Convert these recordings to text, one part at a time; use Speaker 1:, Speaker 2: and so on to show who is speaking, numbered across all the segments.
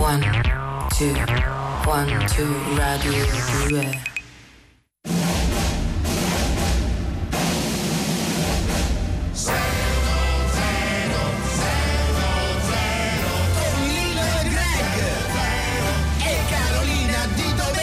Speaker 1: One, two, one, two, radio 2.
Speaker 2: con Lino e Greg e Carolina Di Domenico.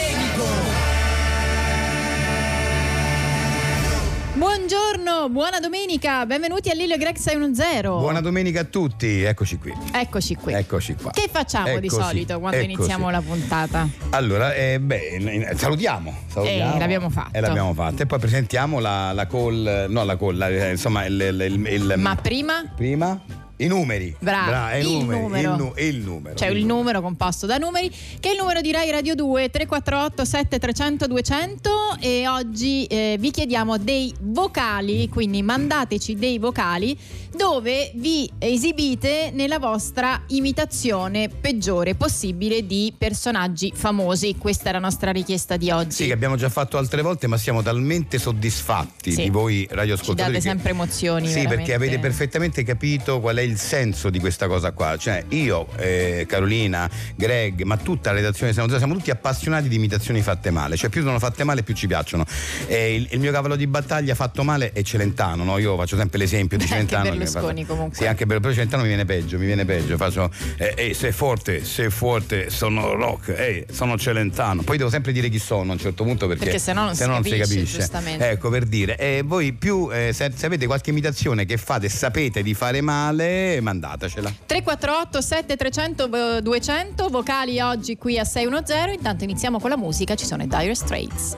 Speaker 3: Buongiorno, buona domenica, benvenuti a Lillo e Greg 610.
Speaker 4: Buona domenica a tutti, eccoci qui.
Speaker 3: Eccoci qui.
Speaker 4: Eccoci qua.
Speaker 3: Che facciamo di
Speaker 4: Eccoci,
Speaker 3: solito quando
Speaker 4: eccoci.
Speaker 3: iniziamo la puntata?
Speaker 4: Allora, eh, beh, in- in- salutiamo. salutiamo.
Speaker 3: Eh, l'abbiamo fatto.
Speaker 4: E l'abbiamo fatta. E poi presentiamo la, la call, eh, no la call, la- eh, insomma il... il- il- il-
Speaker 3: Ma prima
Speaker 4: prima? I numeri.
Speaker 3: Bravo,
Speaker 4: i
Speaker 3: il
Speaker 4: numeri,
Speaker 3: numero.
Speaker 4: Il, nu- il numero.
Speaker 3: c'è il numero composto da numeri, che è il numero di Rai Radio 2 348 7300 200 e oggi eh, vi chiediamo dei vocali, quindi mandateci dei vocali dove vi esibite nella vostra imitazione peggiore possibile di personaggi famosi. Questa è la nostra richiesta di oggi.
Speaker 4: Sì, che abbiamo già fatto altre volte, ma siamo talmente soddisfatti
Speaker 3: Sì.
Speaker 4: di voi
Speaker 3: Ci
Speaker 4: radioascoltatori.
Speaker 3: date
Speaker 4: che-
Speaker 3: sempre emozioni.
Speaker 4: Sì,
Speaker 3: veramente.
Speaker 4: perché avete perfettamente capito qual è il senso di questa cosa qua. Cioè, io, eh, Carolina, Greg, ma tutta la redazione siamo, siamo tutti appassionati di imitazioni fatte male. Cioè, più sono fatte male, più ci piacciono. Eh, il, il mio cavallo di battaglia fatto male è Celentano, no? Io faccio sempre l'esempio di
Speaker 3: Beh, anche
Speaker 4: Celentano.
Speaker 3: Berlusconi, comunque.
Speaker 4: Sì, anche Berlusconi. Celentano mi viene peggio, mi viene peggio. Faccio, eh, eh, sei forte, sei forte, sono rock, eh, sono Celentano. Poi devo sempre dire chi sono a un certo punto perché,
Speaker 3: Perché sennò non si capisce, giustamente.
Speaker 4: Eh, Ecco per dire, eh, voi più eh, se, se avete qualche imitazione che fate, sapete di fare male, mandatacela.
Speaker 3: 348 7300 200 eh, vocali oggi qui a 610 intanto iniziamo con la musica ci sono i Dire Straits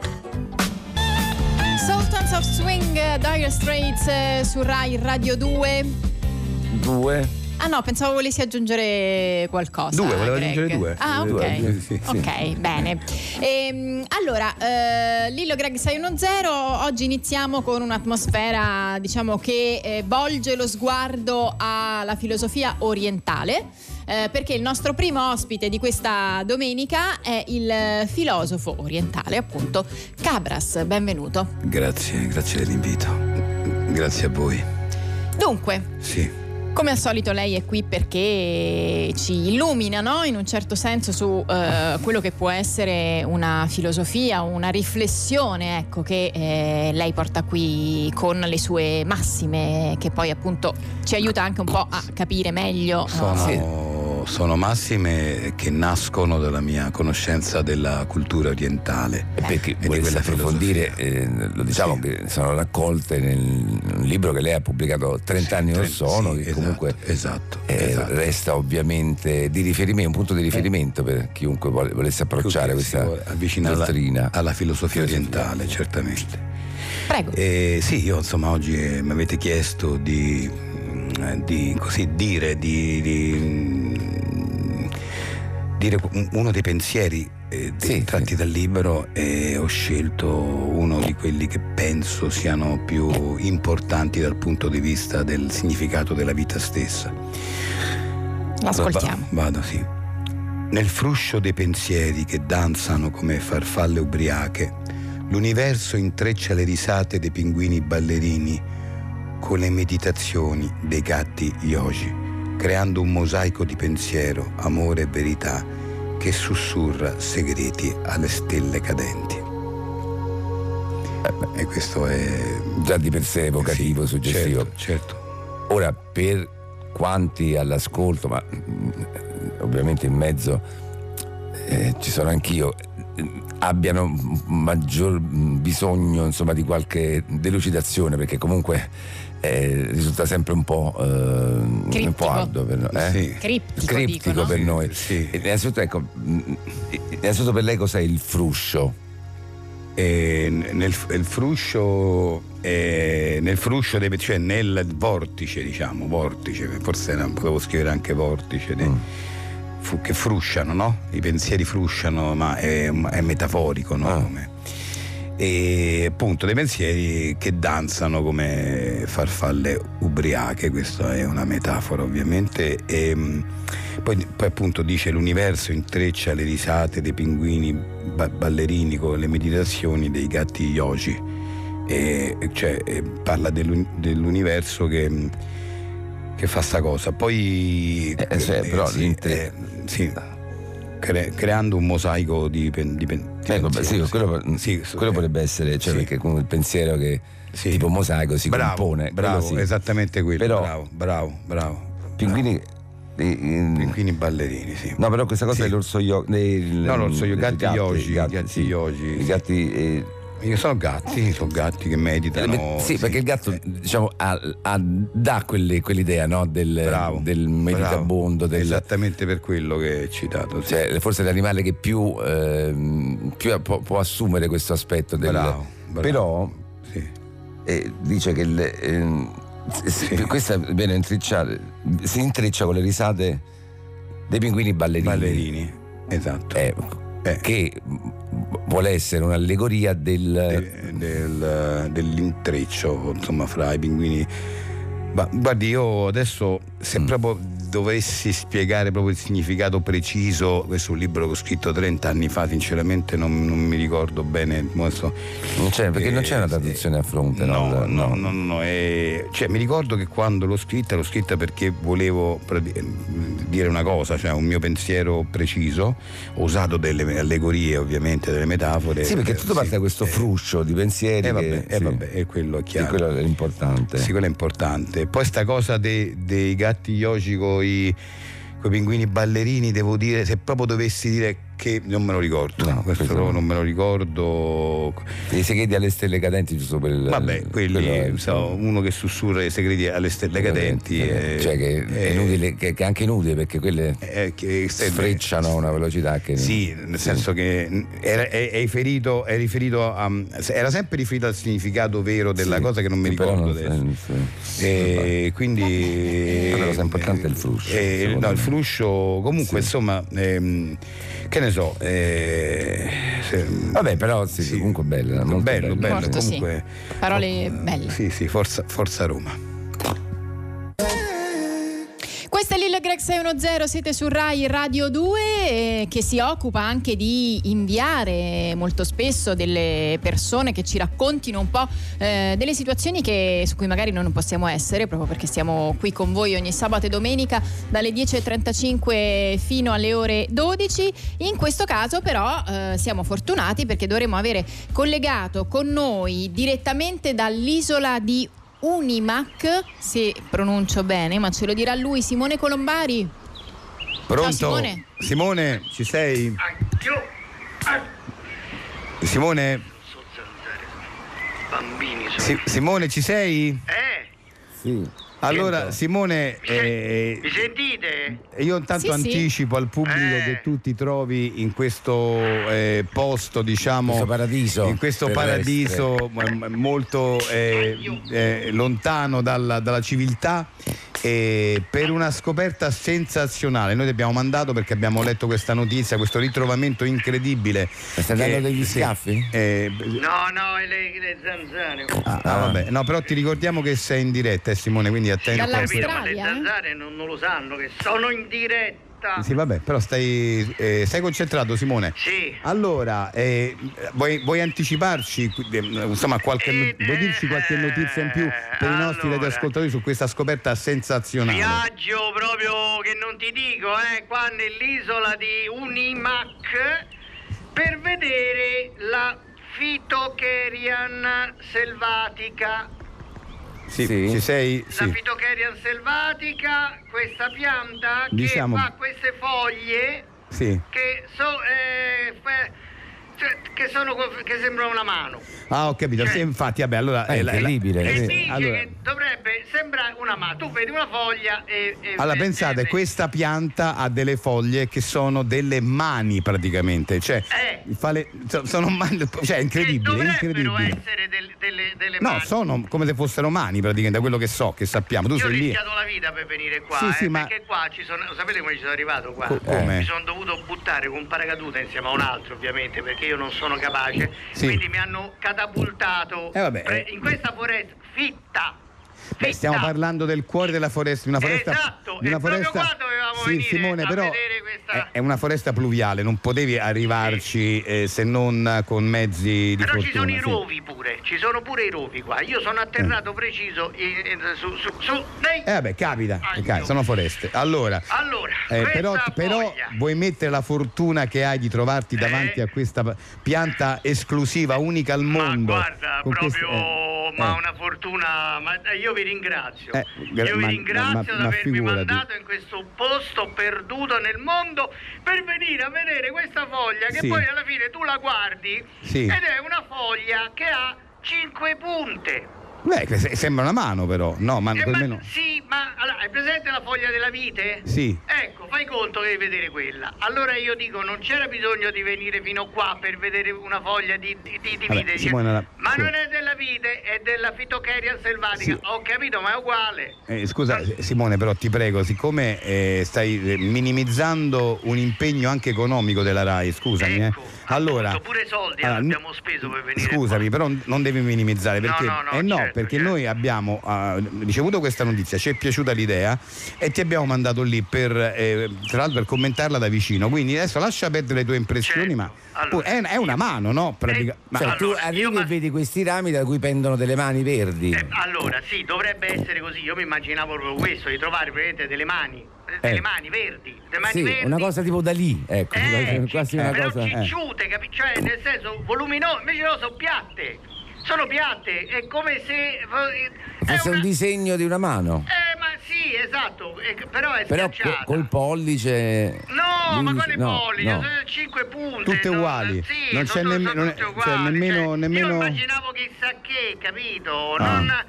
Speaker 3: Sultans of Swing eh, Dire Straits eh, su Rai Radio 2
Speaker 5: Due.
Speaker 3: Ah no, pensavo volessi aggiungere qualcosa.
Speaker 4: Due, volevo
Speaker 3: Greg.
Speaker 4: aggiungere due.
Speaker 3: Ah, ok.
Speaker 4: Due, sì, sì, sì.
Speaker 3: Ok, bene. Ehm, allora, eh, Lillo Greg 610, oggi iniziamo con un'atmosfera, diciamo, che eh, volge lo sguardo alla filosofia orientale. eh, perché il nostro primo ospite di questa domenica è il eh, filosofo orientale, appunto, Cabras. Benvenuto.
Speaker 5: Grazie, grazie dell'invito.
Speaker 4: Grazie a voi.
Speaker 3: Dunque,
Speaker 4: Sì.
Speaker 3: Come al solito lei è qui perché ci illumina no? in un certo senso su eh, quello che può essere una filosofia, una riflessione ecco, che eh, lei porta qui con le sue massime che poi appunto ci aiuta anche un po' a capire meglio. no?
Speaker 4: Sono, sono massime che nascono dalla mia conoscenza della cultura orientale.
Speaker 5: E Eh, perché
Speaker 4: Eh, di
Speaker 5: volesse
Speaker 4: quella
Speaker 5: approfondire, eh, lo diciamo
Speaker 4: Sì.
Speaker 5: che sono raccolte nel un libro che lei ha pubblicato 30 anni or
Speaker 4: Tre-
Speaker 5: sono,
Speaker 4: sì,
Speaker 5: che
Speaker 4: esatto,
Speaker 5: comunque
Speaker 4: esatto,
Speaker 5: eh,
Speaker 4: esatto.
Speaker 5: resta ovviamente di riferimento, un punto di riferimento per chiunque vol- volesse approcciare
Speaker 4: Tutti si
Speaker 5: questa
Speaker 4: vuole avvicinare alla-
Speaker 5: dottrina.
Speaker 4: alla filosofia orientale, certamente.
Speaker 3: Prego.
Speaker 5: Certo.
Speaker 4: Eh, sì, io insomma oggi eh, mi avete chiesto di, mm, eh, di così dire, di, di, mm, dire un- uno dei pensieri eh, dei-
Speaker 5: Sì,
Speaker 4: tratti
Speaker 5: sì.
Speaker 4: dal libero e ho scelto uno di quelli che penso siano più importanti dal punto di vista del significato della vita stessa.
Speaker 3: L'ascoltiamo.
Speaker 4: Va- vado, sì. Nel fruscio dei pensieri che danzano come farfalle ubriache, l'universo intreccia le risate dei pinguini ballerini con le meditazioni dei gatti yogi, creando un mosaico di pensiero, amore e verità che sussurra segreti alle stelle cadenti. Eh, E questo è...
Speaker 5: Già di per sé evocativo,
Speaker 4: sì,
Speaker 5: suggestivo.
Speaker 4: Certo, certo.
Speaker 5: Ora, per quanti all'ascolto, ma mm, ovviamente in mezzo eh, ci sono anch'io, eh, abbiano m- maggior mm, bisogno insomma, di qualche delucidazione, perché comunque eh, risulta sempre un po', eh, un
Speaker 3: Criptico.
Speaker 5: po arduo per noi. eh?
Speaker 4: Sì.
Speaker 3: Criptico,
Speaker 5: Criptico
Speaker 3: dicono.
Speaker 5: per noi.
Speaker 4: Sì.
Speaker 5: E Innanzitutto, ecco, mm, innanzitutto per lei cos'è il fruscio?
Speaker 4: E n- nel, f- il fruscio, eh, nel fruscio dei- cioè nel vortice, diciamo, vortice, forse era- potevo scrivere anche vortice, dei-
Speaker 5: Mm.
Speaker 4: fu- che frusciano, no? I pensieri frusciano, ma è, è metaforico, no?
Speaker 5: Ah.
Speaker 4: Come- E appunto dei pensieri che danzano come farfalle ubriache, questa è una metafora ovviamente. E, mm, poi, poi appunto dice l'universo intreccia le risate dei pinguini ba- ballerini con le meditazioni dei gatti yogi. E, e cioè, e parla dell'un- dell'universo che, mm, che fa sta cosa. Poi...
Speaker 5: Eh, cioè, però
Speaker 4: sì,
Speaker 5: l'intre-
Speaker 4: eh, sì. cre- creando un mosaico di, pen- di, pen- di
Speaker 5: Ecco, beh,
Speaker 4: pensiero,
Speaker 5: sì, quello,
Speaker 4: Sì, eh, so-
Speaker 5: quello potrebbe essere, cioè,
Speaker 4: sì.
Speaker 5: perché con il pensiero che
Speaker 4: Sì.
Speaker 5: tipo mosaico si
Speaker 4: bravo,
Speaker 5: compone. quello
Speaker 4: bravo,
Speaker 5: sì.
Speaker 4: esattamente quello,
Speaker 5: Però-
Speaker 4: bravo, bravo, bravo.
Speaker 5: Pinguini. eh, eh,
Speaker 4: Pinguini ballerini, sì.
Speaker 5: No, però questa cosa
Speaker 4: Sì.
Speaker 5: dell'orso yo- del-
Speaker 4: No, l'orso yo-
Speaker 5: dei
Speaker 4: gatti yogi,
Speaker 5: i
Speaker 4: gatti
Speaker 5: sì.
Speaker 4: yogi,
Speaker 5: I
Speaker 4: sì.
Speaker 5: gatti, eh,
Speaker 4: Io sono gatti, sono gatti che meditano.
Speaker 5: sì, perché il gatto
Speaker 4: eh,
Speaker 5: diciamo, ha- ha- dà quelle- quell'idea no, del,
Speaker 4: bravo, esatto.
Speaker 5: del
Speaker 4: bravo.
Speaker 5: meditabondo, del-
Speaker 4: Esattamente per quello che hai citato. sì.
Speaker 5: cioè, forse è l'animale che più, ehm, più può, può assumere questo aspetto. Del,
Speaker 4: bravo, bravo.
Speaker 5: Però
Speaker 4: Sì.
Speaker 5: eh, dice che il, ehm, s- s-
Speaker 4: Sì.
Speaker 5: questa viene intrecciata, si intreccia con le risate dei pinguini ballerini.
Speaker 4: Ballerini, esatto.
Speaker 5: Eh,
Speaker 4: Eh.
Speaker 5: Che mm, vuole essere un'allegoria del...
Speaker 4: de- del- dell'intreccio insomma fra i pinguini ma guardi io adesso se
Speaker 5: Mm.
Speaker 4: proprio dovessi spiegare proprio il significato preciso questo è un libro che ho scritto 30 anni fa sinceramente non, non mi ricordo bene adesso-
Speaker 5: Non c'è- cioè, Eh, perché non c'è una traduzione a fronte, no?
Speaker 4: Eh, no, no,
Speaker 5: Da- no.
Speaker 4: no, no, no, eh, cioè, mi ricordo che quando l'ho scritta, l'ho scritta perché volevo prati- eh, dire una cosa, cioè un mio pensiero preciso, ho usato delle allegorie ovviamente, delle metafore.
Speaker 5: sì, perché tutto
Speaker 4: Eh,
Speaker 5: parte
Speaker 4: sì,
Speaker 5: da questo
Speaker 4: eh,
Speaker 5: fruscio di pensieri.
Speaker 4: E vabbè,
Speaker 5: che-
Speaker 4: eh,
Speaker 5: sì.
Speaker 4: vabbè, e quello è
Speaker 5: Sì,
Speaker 4: chiaro.
Speaker 5: quello è l'importante.
Speaker 4: Sì, quello è importante. Poi sta cosa de- dei gatti yogi con i pinguini ballerini, devo dire, se proprio dovessi dire che non me lo ricordo.
Speaker 5: No,
Speaker 4: questo
Speaker 5: questo
Speaker 4: proprio
Speaker 5: no.
Speaker 4: non me lo ricordo.
Speaker 5: I segreti alle stelle cadenti, giusto per il-
Speaker 4: Vabbè, quelli,
Speaker 5: quello è-
Speaker 4: so, uno che sussurra i segreti alle stelle cadenti.
Speaker 5: Eh,
Speaker 4: eh,
Speaker 5: cioè che è,
Speaker 4: eh,
Speaker 5: inutile, che, che è anche inutile perché quelle
Speaker 4: eh, che stelle-
Speaker 5: sfrecciano a una velocità che.
Speaker 4: Sì, nel
Speaker 5: Sì.
Speaker 4: senso che era, è, è riferito, è riferito a, era sempre riferito al significato vero della
Speaker 5: Sì,
Speaker 4: cosa che non mi
Speaker 5: che però
Speaker 4: ricordo
Speaker 5: non-
Speaker 4: adesso. Eh,
Speaker 5: sì.
Speaker 4: E quindi
Speaker 5: Però la cosa importante è il fruscio,
Speaker 4: Eh,
Speaker 5: secondo
Speaker 4: no,
Speaker 5: me.
Speaker 4: il fruscio comunque
Speaker 5: Sì.
Speaker 4: insomma ehm, che ne so eh, se-
Speaker 5: Vabbè, però sì, comunque bella, molto
Speaker 4: bello,
Speaker 5: bella.
Speaker 4: bello,
Speaker 3: Molto sì.
Speaker 4: comunque
Speaker 3: Parole belle.
Speaker 4: Oh, Sì, sì, forza, forza Roma.
Speaker 3: Questa è Lil Greg 610, siete su Rai Radio 2 eh, che si occupa anche di inviare molto spesso delle persone che ci raccontino un po' eh, delle situazioni che- su cui magari noi non possiamo essere proprio perché siamo qui con voi ogni sabato e domenica dalle 10.35 fino alle ore 12. In questo caso però eh, siamo fortunati perché dovremo avere collegato con noi direttamente dall'isola di Unimac, se pronuncio bene, ma ce lo dirà lui Simone
Speaker 6: Eh,
Speaker 3: Colombari.
Speaker 4: Pronto?
Speaker 3: Simone.
Speaker 4: Simone, ci sei?
Speaker 6: Anch'io
Speaker 4: Simone?
Speaker 6: so zanzare. Bambini sono.
Speaker 4: Si- Simone, ci sei?
Speaker 6: Eh?
Speaker 5: Sì.
Speaker 4: Allora,
Speaker 5: Sento.
Speaker 4: Simone,
Speaker 6: Mi, sen-
Speaker 4: eh,
Speaker 6: mi sentite?
Speaker 4: io intanto
Speaker 3: Sì, sì.
Speaker 4: anticipo al pubblico
Speaker 6: Eh.
Speaker 4: che tu ti trovi in questo eh, posto, diciamo,
Speaker 5: Questo paradiso
Speaker 4: in questo
Speaker 5: terrestre.
Speaker 4: paradiso m- m- molto eh, eh, lontano dalla, dalla civiltà. eh, per una scoperta sensazionale, noi ti abbiamo mandato perché abbiamo letto questa notizia, questo ritrovamento incredibile.
Speaker 5: stai
Speaker 4: che-
Speaker 5: dando degli schiaffi?
Speaker 4: eh,
Speaker 6: No, no, è le, le zanzare.
Speaker 5: Ah,
Speaker 4: ah, vabbè. No, però ti ricordiamo che sei in diretta, eh, Simone, quindi attento.
Speaker 6: Ho capito, ma
Speaker 3: Dall'Australia,
Speaker 6: le
Speaker 3: eh?
Speaker 6: zanzare non, non lo sanno che sono in diretta.
Speaker 4: Sì, vabbè, però stai, eh, stai concentrato, Simone.
Speaker 6: Sì.
Speaker 4: Allora, eh, vuoi, vuoi anticiparci, eh, insomma, qualche,
Speaker 6: Eh,
Speaker 4: vuoi dirci qualche notizia in più per i nostri
Speaker 6: allora.
Speaker 4: radioascoltatori su questa scoperta sensazionale?
Speaker 6: Viaggio proprio che non ti dico, eh, qua nell'isola di Unimac per vedere la Phytocherian selvatica.
Speaker 4: Sì,
Speaker 5: Sì.
Speaker 4: ci sei? Sì.
Speaker 6: La Phytocherian selvatica, questa pianta che
Speaker 4: Diciamo-
Speaker 6: fa queste foglie
Speaker 4: sì.
Speaker 6: che, so- eh, fe- cioè, che sono co- che sembrano una mano.
Speaker 4: Ah, ho capito. Sì, infatti, vabbè, allora...
Speaker 5: È
Speaker 4: eh, la- la-
Speaker 5: incredibile.
Speaker 6: E
Speaker 5: sì.
Speaker 6: dice
Speaker 4: allora-
Speaker 6: che dovrebbe sembrare una mano. Tu vedi una foglia e... e-
Speaker 4: Allora,
Speaker 6: e-
Speaker 4: pensate,
Speaker 6: e-
Speaker 4: questa pianta ha delle foglie che sono delle mani praticamente, cioè,
Speaker 6: Eh.
Speaker 4: fa le- so- sono mani, cioè, è
Speaker 6: che
Speaker 4: incredibile,
Speaker 6: dovrebbero
Speaker 4: incredibile.
Speaker 6: essere del- delle, delle
Speaker 4: No,
Speaker 6: mani.
Speaker 4: sono come se fossero mani praticamente, da quello che so, che sappiamo. Tu
Speaker 6: Io ho
Speaker 4: sei lì.
Speaker 6: rischiato la vita per venire qua,
Speaker 4: Sì,
Speaker 6: eh,
Speaker 4: sì, ma-
Speaker 6: perché qua ci sono. Sapete come ci sono arrivato qua?
Speaker 4: Co- come?
Speaker 6: Mi sono dovuto buttare con un paracadute insieme a un altro, ovviamente, perché io non sono capace.
Speaker 4: Sì.
Speaker 6: Quindi mi hanno catapultato
Speaker 4: Eh, vabbè,
Speaker 6: pre-
Speaker 4: eh.
Speaker 6: in questa foresta fitta.
Speaker 4: Beh, stiamo
Speaker 6: fitta.
Speaker 4: parlando del cuore della foresta, di una foresta.
Speaker 6: Esatto,
Speaker 4: di una
Speaker 6: e proprio
Speaker 4: foresta.
Speaker 6: qua dovevamo
Speaker 4: sì,
Speaker 6: venire
Speaker 4: Simone,
Speaker 6: a
Speaker 4: però
Speaker 6: vedere
Speaker 4: è,
Speaker 6: questa.
Speaker 4: è una foresta pluviale, non potevi arrivarci eh, se non con mezzi di
Speaker 6: Però
Speaker 4: fortuna.
Speaker 6: ci sono i
Speaker 4: sì.
Speaker 6: rovi pure, ci sono pure i rovi qua. Io sono atterrato preciso in- in- su, su, su- dai.
Speaker 4: Eh vabbè, capita,
Speaker 6: Aglio.
Speaker 4: capita, sono foreste. Allora,
Speaker 6: Allora,
Speaker 4: eh,
Speaker 6: questa
Speaker 4: però, però
Speaker 6: voglia.
Speaker 4: vuoi mettere la fortuna che hai di trovarti davanti
Speaker 6: Eh.
Speaker 4: a questa pa- pianta esclusiva, unica al
Speaker 6: Ma
Speaker 4: mondo?
Speaker 6: guarda,
Speaker 4: con queste-
Speaker 6: proprio,
Speaker 4: eh,
Speaker 6: ma
Speaker 4: eh.
Speaker 6: una fortuna, ma eh, io vi ringrazio.
Speaker 4: Eh, gra-
Speaker 6: io vi
Speaker 4: ma-
Speaker 6: ringrazio
Speaker 4: ma-
Speaker 6: di
Speaker 4: ma
Speaker 6: avermi
Speaker 4: figurati.
Speaker 6: mandato in questo posto perduto nel mondo per venire a vedere questa foglia che
Speaker 4: Sì.
Speaker 6: poi alla fine tu la guardi
Speaker 4: Sì.
Speaker 6: ed è una foglia che ha cinque punte.
Speaker 4: Beh, que- se- sembra una mano però, no, ma
Speaker 6: Eh, ma-
Speaker 4: almeno...
Speaker 6: sì, ma allora, hai presente la foglia della vite?
Speaker 4: Sì.
Speaker 6: Ecco, fai conto che devi vedere quella. Allora io dico, non c'era bisogno di venire fino qua per vedere una foglia di, di, di, di
Speaker 4: Vabbè,
Speaker 6: vite.
Speaker 4: Simone, la-
Speaker 6: Ma
Speaker 4: sì.
Speaker 6: non è della vite, è della fitocheria selvatica.
Speaker 4: Sì.
Speaker 6: Ho capito, ma è uguale.
Speaker 4: Eh, scusa eh, Simone, però ti prego, siccome eh, stai eh, minimizzando un impegno anche economico della RAI, scusami. eh.
Speaker 6: Ecco,
Speaker 4: Allora,
Speaker 6: appunto, pure soldi
Speaker 4: allora,
Speaker 6: abbiamo speso per venire qua.
Speaker 4: Scusami, però non devi minimizzare
Speaker 6: No,
Speaker 4: perché,
Speaker 6: no, no,
Speaker 4: eh no,
Speaker 6: certo,
Speaker 4: perché
Speaker 6: certo.
Speaker 4: noi abbiamo eh, ricevuto questa notizia, ci è piaciuta l'idea e ti abbiamo mandato lì per, eh, tra l'altro per commentarla da vicino. Quindi adesso lascia perdere le tue impressioni,
Speaker 6: Certo.
Speaker 4: ma
Speaker 6: Allora,
Speaker 4: è, è una mano, no? Pratica-
Speaker 6: Eh,
Speaker 4: ma-
Speaker 5: Cioè, tu
Speaker 6: Allora, io
Speaker 5: arrivi
Speaker 6: ma-
Speaker 5: e vedi questi rami da cui pendono delle mani verdi.
Speaker 6: Eh, allora, sì, dovrebbe essere così. Io mi immaginavo proprio questo, di trovare praticamente delle mani, eh, delle
Speaker 4: Eh.
Speaker 6: mani verdi. Delle mani
Speaker 5: Sì,
Speaker 6: verdi.
Speaker 5: una cosa tipo da lì, ecco,
Speaker 6: Eh,
Speaker 5: quasi
Speaker 6: ci-
Speaker 5: una
Speaker 6: però
Speaker 5: cosa. eh.
Speaker 6: cicciute, capi- cioè nel senso voluminose, invece no, sono piatte. Sono piatte, è come se... eh, è
Speaker 5: Fosse un
Speaker 6: una-
Speaker 5: disegno di una mano.
Speaker 6: Eh, ma sì, esatto, è- però è
Speaker 5: Però co-
Speaker 6: schiacciata.
Speaker 5: col pollice.
Speaker 6: No, ma
Speaker 5: l'indice-
Speaker 6: quale
Speaker 5: no,
Speaker 6: pollice?
Speaker 5: no.
Speaker 6: Sono 5 eh, punte.
Speaker 4: Tutte
Speaker 6: no,
Speaker 4: uguali.
Speaker 6: sì,
Speaker 4: Non
Speaker 6: sono-
Speaker 4: c'è nemm-
Speaker 6: sono
Speaker 4: non è-
Speaker 6: tutte
Speaker 4: cioè,
Speaker 6: uguali,
Speaker 4: nemmeno-
Speaker 6: cioè,
Speaker 4: nemmeno-
Speaker 6: Io immaginavo chissà che, capito?
Speaker 4: Ah.
Speaker 6: Non-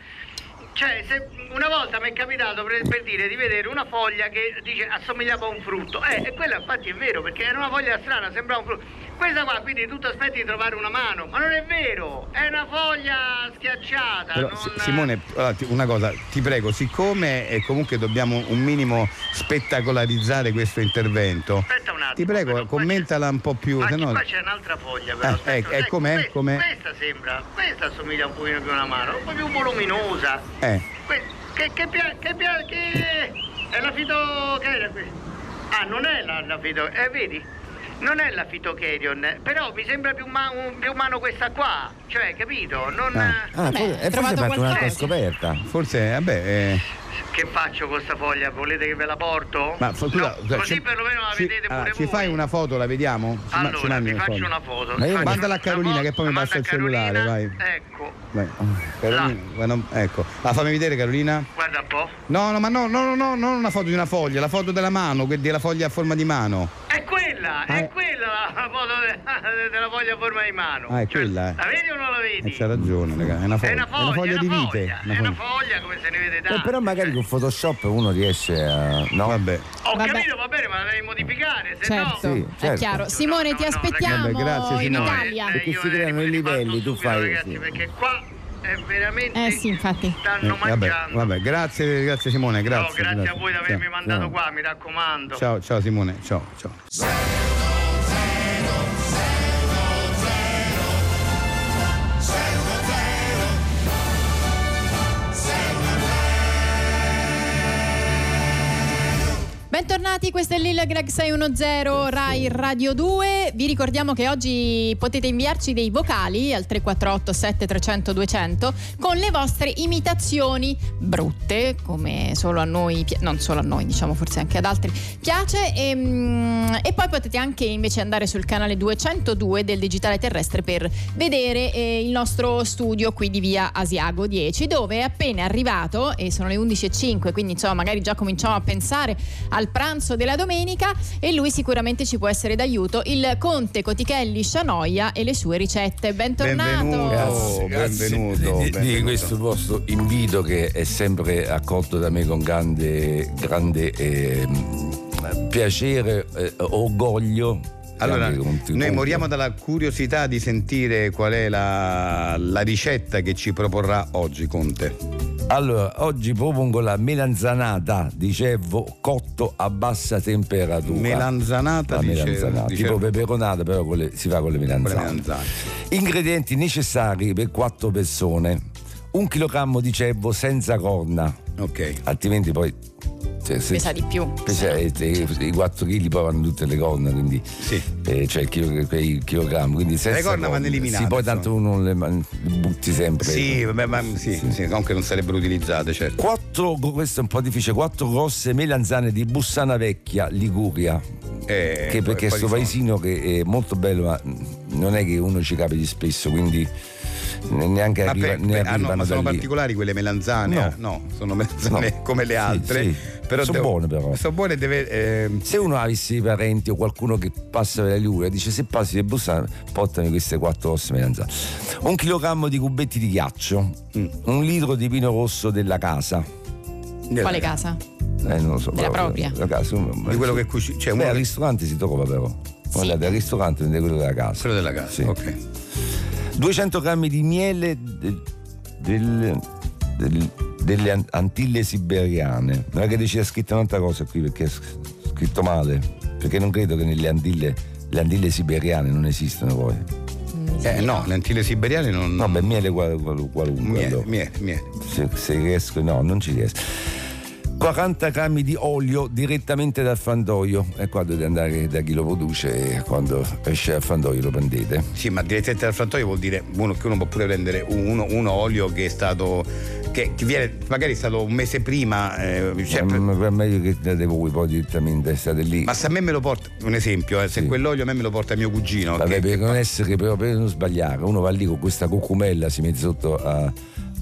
Speaker 6: Cioè, se- una volta mi è capitato per, per dire di vedere una foglia che dice assomigliava a un frutto. Eh, e quella infatti è vero, perché era una foglia strana, sembrava un frutto. Questa qua, quindi tu ti aspetti di trovare una mano, ma non è vero, è una foglia schiacciata.
Speaker 4: Però,
Speaker 6: non-
Speaker 4: S- Simone, allora, ti- una cosa, ti prego, siccome eh, comunque dobbiamo un minimo spettacolarizzare questo intervento,
Speaker 6: Aspetta un attimo.
Speaker 4: ti prego,
Speaker 6: però qua c'è-
Speaker 4: commentala un po' più,
Speaker 6: Ma
Speaker 4: se
Speaker 6: chi-
Speaker 4: no-
Speaker 6: qua Ah, c'è un'altra foglia però.
Speaker 4: Eh,
Speaker 6: aspetta,
Speaker 4: ecco,
Speaker 6: ecco,
Speaker 4: com'è,
Speaker 6: questa,
Speaker 4: com'è?
Speaker 6: questa sembra, questa assomiglia un pochino più a una mano, un po' più voluminosa.
Speaker 4: Eh.
Speaker 6: Que- che, che, pia- che, pia- che- è la fito... che era qui? Ah, non è la, la fito... eh, vedi? Non è la fitocherion, però mi sembra più, ma- un- più umano questa qua, cioè, capito? Non...
Speaker 4: Ah.
Speaker 5: Ah,
Speaker 3: Beh,
Speaker 5: forse- eh,
Speaker 3: trovato
Speaker 5: forse hai fatto un'altra
Speaker 3: qualcosa.
Speaker 5: scoperta.
Speaker 4: Forse, vabbè, eh,
Speaker 6: Che faccio con sta foglia? Volete che ve la porto?
Speaker 4: ma fo- scusa,
Speaker 6: No,
Speaker 4: scusa,
Speaker 6: così
Speaker 4: ci-
Speaker 6: perlomeno la
Speaker 4: ci-
Speaker 6: vedete pure
Speaker 4: allora, Ci
Speaker 6: voi.
Speaker 4: fai una foto, la vediamo? Ci ma- ci
Speaker 6: Allora,
Speaker 4: mandi
Speaker 6: vi
Speaker 4: una
Speaker 6: faccio
Speaker 4: foto.
Speaker 6: una foto.
Speaker 5: Ma io
Speaker 6: Faccio
Speaker 4: Mandala a
Speaker 6: una
Speaker 4: Carolina,
Speaker 6: foto,
Speaker 4: che poi mi
Speaker 6: la
Speaker 4: passa
Speaker 6: mando
Speaker 4: il
Speaker 6: a Carolina,
Speaker 4: cellulare, vai.
Speaker 6: Ecco,
Speaker 4: Vai. Carolina, ma non- ecco, la fammi vedere Carolina.
Speaker 6: guarda un po'.
Speaker 4: No, no, ma no, no, no, no, non una foto di una foglia, la foto della mano, que- della foglia a forma di mano.
Speaker 6: È quella,
Speaker 4: Ah,
Speaker 6: è
Speaker 4: è-
Speaker 6: quella la foto de- della foglia a forma di mano. Cioè,
Speaker 4: Ah, è quella, eh.
Speaker 6: La vedi o non la vedi?
Speaker 4: E c'ha ragione, raga, è una foglia,
Speaker 6: È una foglia,
Speaker 4: di vite.
Speaker 6: È una foglia come se ne vede tante.
Speaker 5: Eh, però magari con Photoshop uno riesce a. No?
Speaker 4: Vabbè.
Speaker 6: Ho
Speaker 3: Vabbè.
Speaker 6: capito, va bene, ma la devi modificare, se
Speaker 3: Certo,
Speaker 6: no...
Speaker 5: Sì,
Speaker 3: è
Speaker 5: certo.
Speaker 3: chiaro. Simone,
Speaker 6: No,
Speaker 3: ti
Speaker 6: no,
Speaker 3: aspettiamo
Speaker 4: ragazzi. Vabbè, grazie,
Speaker 3: in
Speaker 4: signore.
Speaker 3: Italia.
Speaker 5: Eh, Perché
Speaker 6: io
Speaker 5: si creano
Speaker 6: li-
Speaker 5: i
Speaker 6: li
Speaker 5: livelli,
Speaker 6: parto
Speaker 5: tu
Speaker 6: subito,
Speaker 5: fai-
Speaker 6: Ragazzi,
Speaker 5: sì.
Speaker 6: perché qua è veramente...
Speaker 3: Eh, sì, infatti.
Speaker 4: Eh,
Speaker 6: Stanno
Speaker 4: vabbè,
Speaker 6: mangiando.
Speaker 4: vabbè, grazie, grazie Simone, grazie.
Speaker 6: no, grazie a voi di avermi
Speaker 4: Ciao,
Speaker 6: mandato
Speaker 4: ciao.
Speaker 6: qua, mi raccomando.
Speaker 4: Ciao, ciao Simone, ciao, ciao.
Speaker 3: Bentornati, questo è Lil Greg 610 Rai Radio 2. Vi ricordiamo che oggi potete inviarci dei vocali al 348 7300 200 con le vostre imitazioni brutte, come solo a noi, pi- non solo a noi, diciamo forse anche ad altri piace e, mm, e poi potete anche invece andare sul canale 202 del digitale terrestre per vedere eh, il nostro studio qui di via Asiago 10 dove è appena arrivato e sono le 11.05 quindi insomma magari già cominciamo a pensare al pranzo della domenica e lui sicuramente ci può essere d'aiuto il conte Cotichelli Scianoia e le sue ricette bentornato
Speaker 4: Benvenuto. Oh, benvenuto,
Speaker 5: di- di, di
Speaker 4: benvenuto.
Speaker 5: questo vostro invito che è sempre accolto da me con grande, grande ehm, piacere, eh, orgoglio.
Speaker 4: Allora,
Speaker 5: Grande contributo.
Speaker 4: noi moriamo dalla curiosità di sentire qual è la, la ricetta che ci proporrà oggi Conte.
Speaker 5: Allora, oggi propongo la melanzanata di cervo cotto a bassa temperatura.
Speaker 4: Melanzanata
Speaker 5: La
Speaker 4: di cervo-
Speaker 5: melanzanata,
Speaker 4: di
Speaker 5: tipo
Speaker 4: cervo.
Speaker 5: peperonata, però con le- si fa con le
Speaker 4: Qual è la
Speaker 5: melanzane.
Speaker 4: melanzana?
Speaker 5: Ingredienti necessari per 4 persone. Un chilogrammo di cervo senza corna,
Speaker 4: Ok.
Speaker 5: altrimenti poi Cioè, se-
Speaker 7: pesa di più.
Speaker 5: Poi c'è- eh, I 4 kg poi vanno tutte le corna, quindi
Speaker 4: Sì.
Speaker 5: eh, cioè il chilo- quei chilogrammi. Quindi senza
Speaker 4: corna vanno eliminate,
Speaker 5: Sì, poi
Speaker 4: insomma.
Speaker 5: tanto uno le, man- le butti sempre.
Speaker 4: Sì, vabbè, ma sì, sì, comunque non sarebbero utilizzate, certo.
Speaker 5: Quattro, questo è un po' difficile, quattro grosse melanzane di Bussana Vecchia, Liguria.
Speaker 4: Eh,
Speaker 5: che
Speaker 4: poi-
Speaker 5: perché
Speaker 4: poi
Speaker 5: questo
Speaker 4: sono-
Speaker 5: paesino che è molto bello, ma non è che uno ci capiti spesso, quindi ne- neanche
Speaker 4: Ma,
Speaker 5: arriva,
Speaker 4: per-
Speaker 5: ne
Speaker 4: per- ah, no, ma
Speaker 5: arrivano da
Speaker 4: sono
Speaker 5: lì.
Speaker 4: particolari quelle melanzane?
Speaker 5: No.
Speaker 4: ah, No, sono melanzane
Speaker 5: No.
Speaker 4: come le
Speaker 5: Sì,
Speaker 4: altre.
Speaker 5: sì.
Speaker 4: Però
Speaker 5: Sono
Speaker 4: devo-
Speaker 5: buone però.
Speaker 4: Sono buone deve. ehm,
Speaker 5: Se uno avesse i parenti o qualcuno che passa per la Liguria dice se passi per Bussana portami queste quattro ossa melanzane. Un chilogrammo di cubetti di ghiaccio,
Speaker 4: Mm.
Speaker 5: un litro di vino rosso della casa,
Speaker 7: Quale casa?
Speaker 5: eh, non lo so,
Speaker 7: Della
Speaker 5: però-
Speaker 7: propria.
Speaker 5: la casa, um,
Speaker 4: Di quello che cucina. Cioè,
Speaker 5: Beh,
Speaker 4: uno
Speaker 5: al
Speaker 4: che-
Speaker 5: ristorante si trova però. Andate al ristorante prende quello della casa.
Speaker 4: quello della casa.
Speaker 5: Sì.
Speaker 4: Ok.
Speaker 5: 200 grammi di miele de- del- del- delle an- Antille siberiane. Non è che dici ha scritto un'altra cosa qui perché è s- scritto male. Perché non credo che nelle Antille, le Antille siberiane non esistano poi.
Speaker 4: Eh, no, le antille siberiane non.
Speaker 5: No, beh, miele qual- qual- qualunque.
Speaker 4: Miele,
Speaker 5: allora.
Speaker 4: miele, miele.
Speaker 5: Se, se riesco, no, non ci riesco. 40 grammi di olio direttamente dal frantoio. E qua dovete andare da chi lo produce e quando esce dal frantoio lo prendete.
Speaker 4: Sì, ma direttamente dal frantoio vuol dire uno che uno può pure prendere uno, un olio che è stato. che, che viene magari è stato un mese prima. eh, cioè,
Speaker 5: Ma-
Speaker 4: per-
Speaker 5: ma- ma Mm, è meglio che date voi poi direttamente, state lì.
Speaker 4: ma se a me me lo porta, un esempio, eh, se
Speaker 5: Sì.
Speaker 4: quell'olio a me me lo porta mio cugino.
Speaker 5: Vabbè,
Speaker 4: che-
Speaker 5: per non essere però per non sbagliare, uno va lì con questa cucumella, si mette sotto a-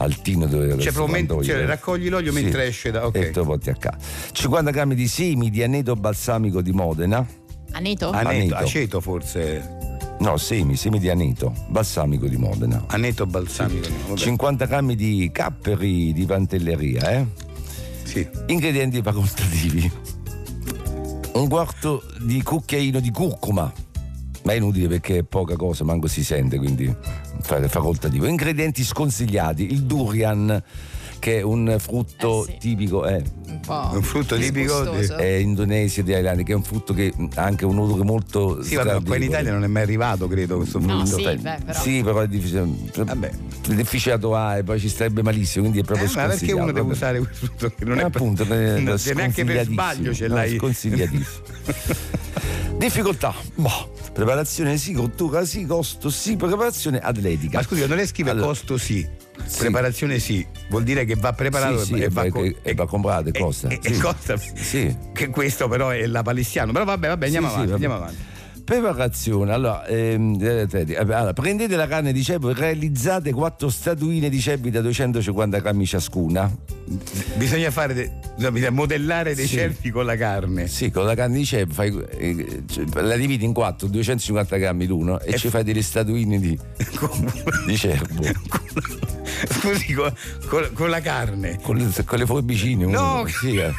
Speaker 5: al tino dove
Speaker 4: Cioè, proprio men- cioè, raccogli l'olio mentre esce da- ok.
Speaker 5: E te lo porti a casa. 50 grammi di semi di aneto balsamico di Modena.
Speaker 7: Aneto?
Speaker 4: Aneto,
Speaker 5: Aneto.
Speaker 4: aceto forse.
Speaker 5: No, semi, semi di aneto, balsamico di Modena.
Speaker 4: Aneto balsamico. Vabbè,
Speaker 5: 50 grammi di capperi di pantelleria, eh?
Speaker 4: sì.
Speaker 5: Ingredienti facoltativi. Un quarto di cucchiaino di curcuma. Ma è inutile perché è poca cosa, manco si sente, quindi fa- facoltativo. Ingredienti sconsigliati. Il durian, che è un frutto
Speaker 7: Eh sì.
Speaker 5: tipico, eh,
Speaker 7: Un po'.
Speaker 4: Un frutto tipico di- Eh,
Speaker 7: disgustoso.
Speaker 5: è Indonesia, Thailandia, che è un frutto che mm, ha anche un odore molto...
Speaker 4: Sì, vabbè, ma qua in
Speaker 5: sgradevole.
Speaker 4: Italia non è mai arrivato, credo, questo frutto.
Speaker 7: No, sì, beh, però.
Speaker 5: Sì, però è difficile,
Speaker 4: Vabbè.
Speaker 5: è difficile da trovare, poi ci starebbe malissimo, quindi è proprio
Speaker 4: Eh, ma
Speaker 5: sconsigliato.
Speaker 4: perché uno deve
Speaker 5: vabbè.
Speaker 4: usare quel frutto che non
Speaker 5: Eh,
Speaker 4: è
Speaker 5: appunto,
Speaker 4: per,
Speaker 5: eh,
Speaker 4: non- se neanche per
Speaker 5: sconsigliatissimo.
Speaker 4: sbaglio ce
Speaker 5: No,
Speaker 4: l'hai.
Speaker 5: sconsigliatissimo. Difficoltà, boh. preparazione sì, cottura sì, costo sì, preparazione atletica.
Speaker 4: Ma scusi, quando lei scrive
Speaker 5: Allora,
Speaker 4: costo sì,
Speaker 5: Sì.
Speaker 4: preparazione sì, vuol dire che va preparato
Speaker 5: Sì, sì,
Speaker 4: e,
Speaker 5: e
Speaker 4: va,
Speaker 5: va-
Speaker 4: co-
Speaker 5: e- e va comprato, e costa,
Speaker 4: E, e
Speaker 5: sì.
Speaker 4: costa.
Speaker 5: Sì.
Speaker 4: Che questo però è la palissiano. Però vabbè, vabbè, andiamo
Speaker 5: Sì, sì,
Speaker 4: avanti,
Speaker 5: vabbè.
Speaker 4: andiamo avanti.
Speaker 5: Preparazione, allora, ehm, eh, atleti- eh, allora, prendete la carne di ceppo e realizzate quattro statuine di ceppi da 250 grammi ciascuna.
Speaker 4: Bisogna fare de- no, bisogna modellare dei
Speaker 5: Sì.
Speaker 4: cervi con la carne.
Speaker 5: Sì, con la carne di ceppo fai, eh, cioè, la dividi in quattro, 250 grammi l'uno e,
Speaker 4: E-
Speaker 5: ci fai delle statuine di, di cervo.
Speaker 4: Scusi, con, con- con la carne.
Speaker 5: Con le, con le forbicine.
Speaker 4: No,
Speaker 5: uno, sì, eh.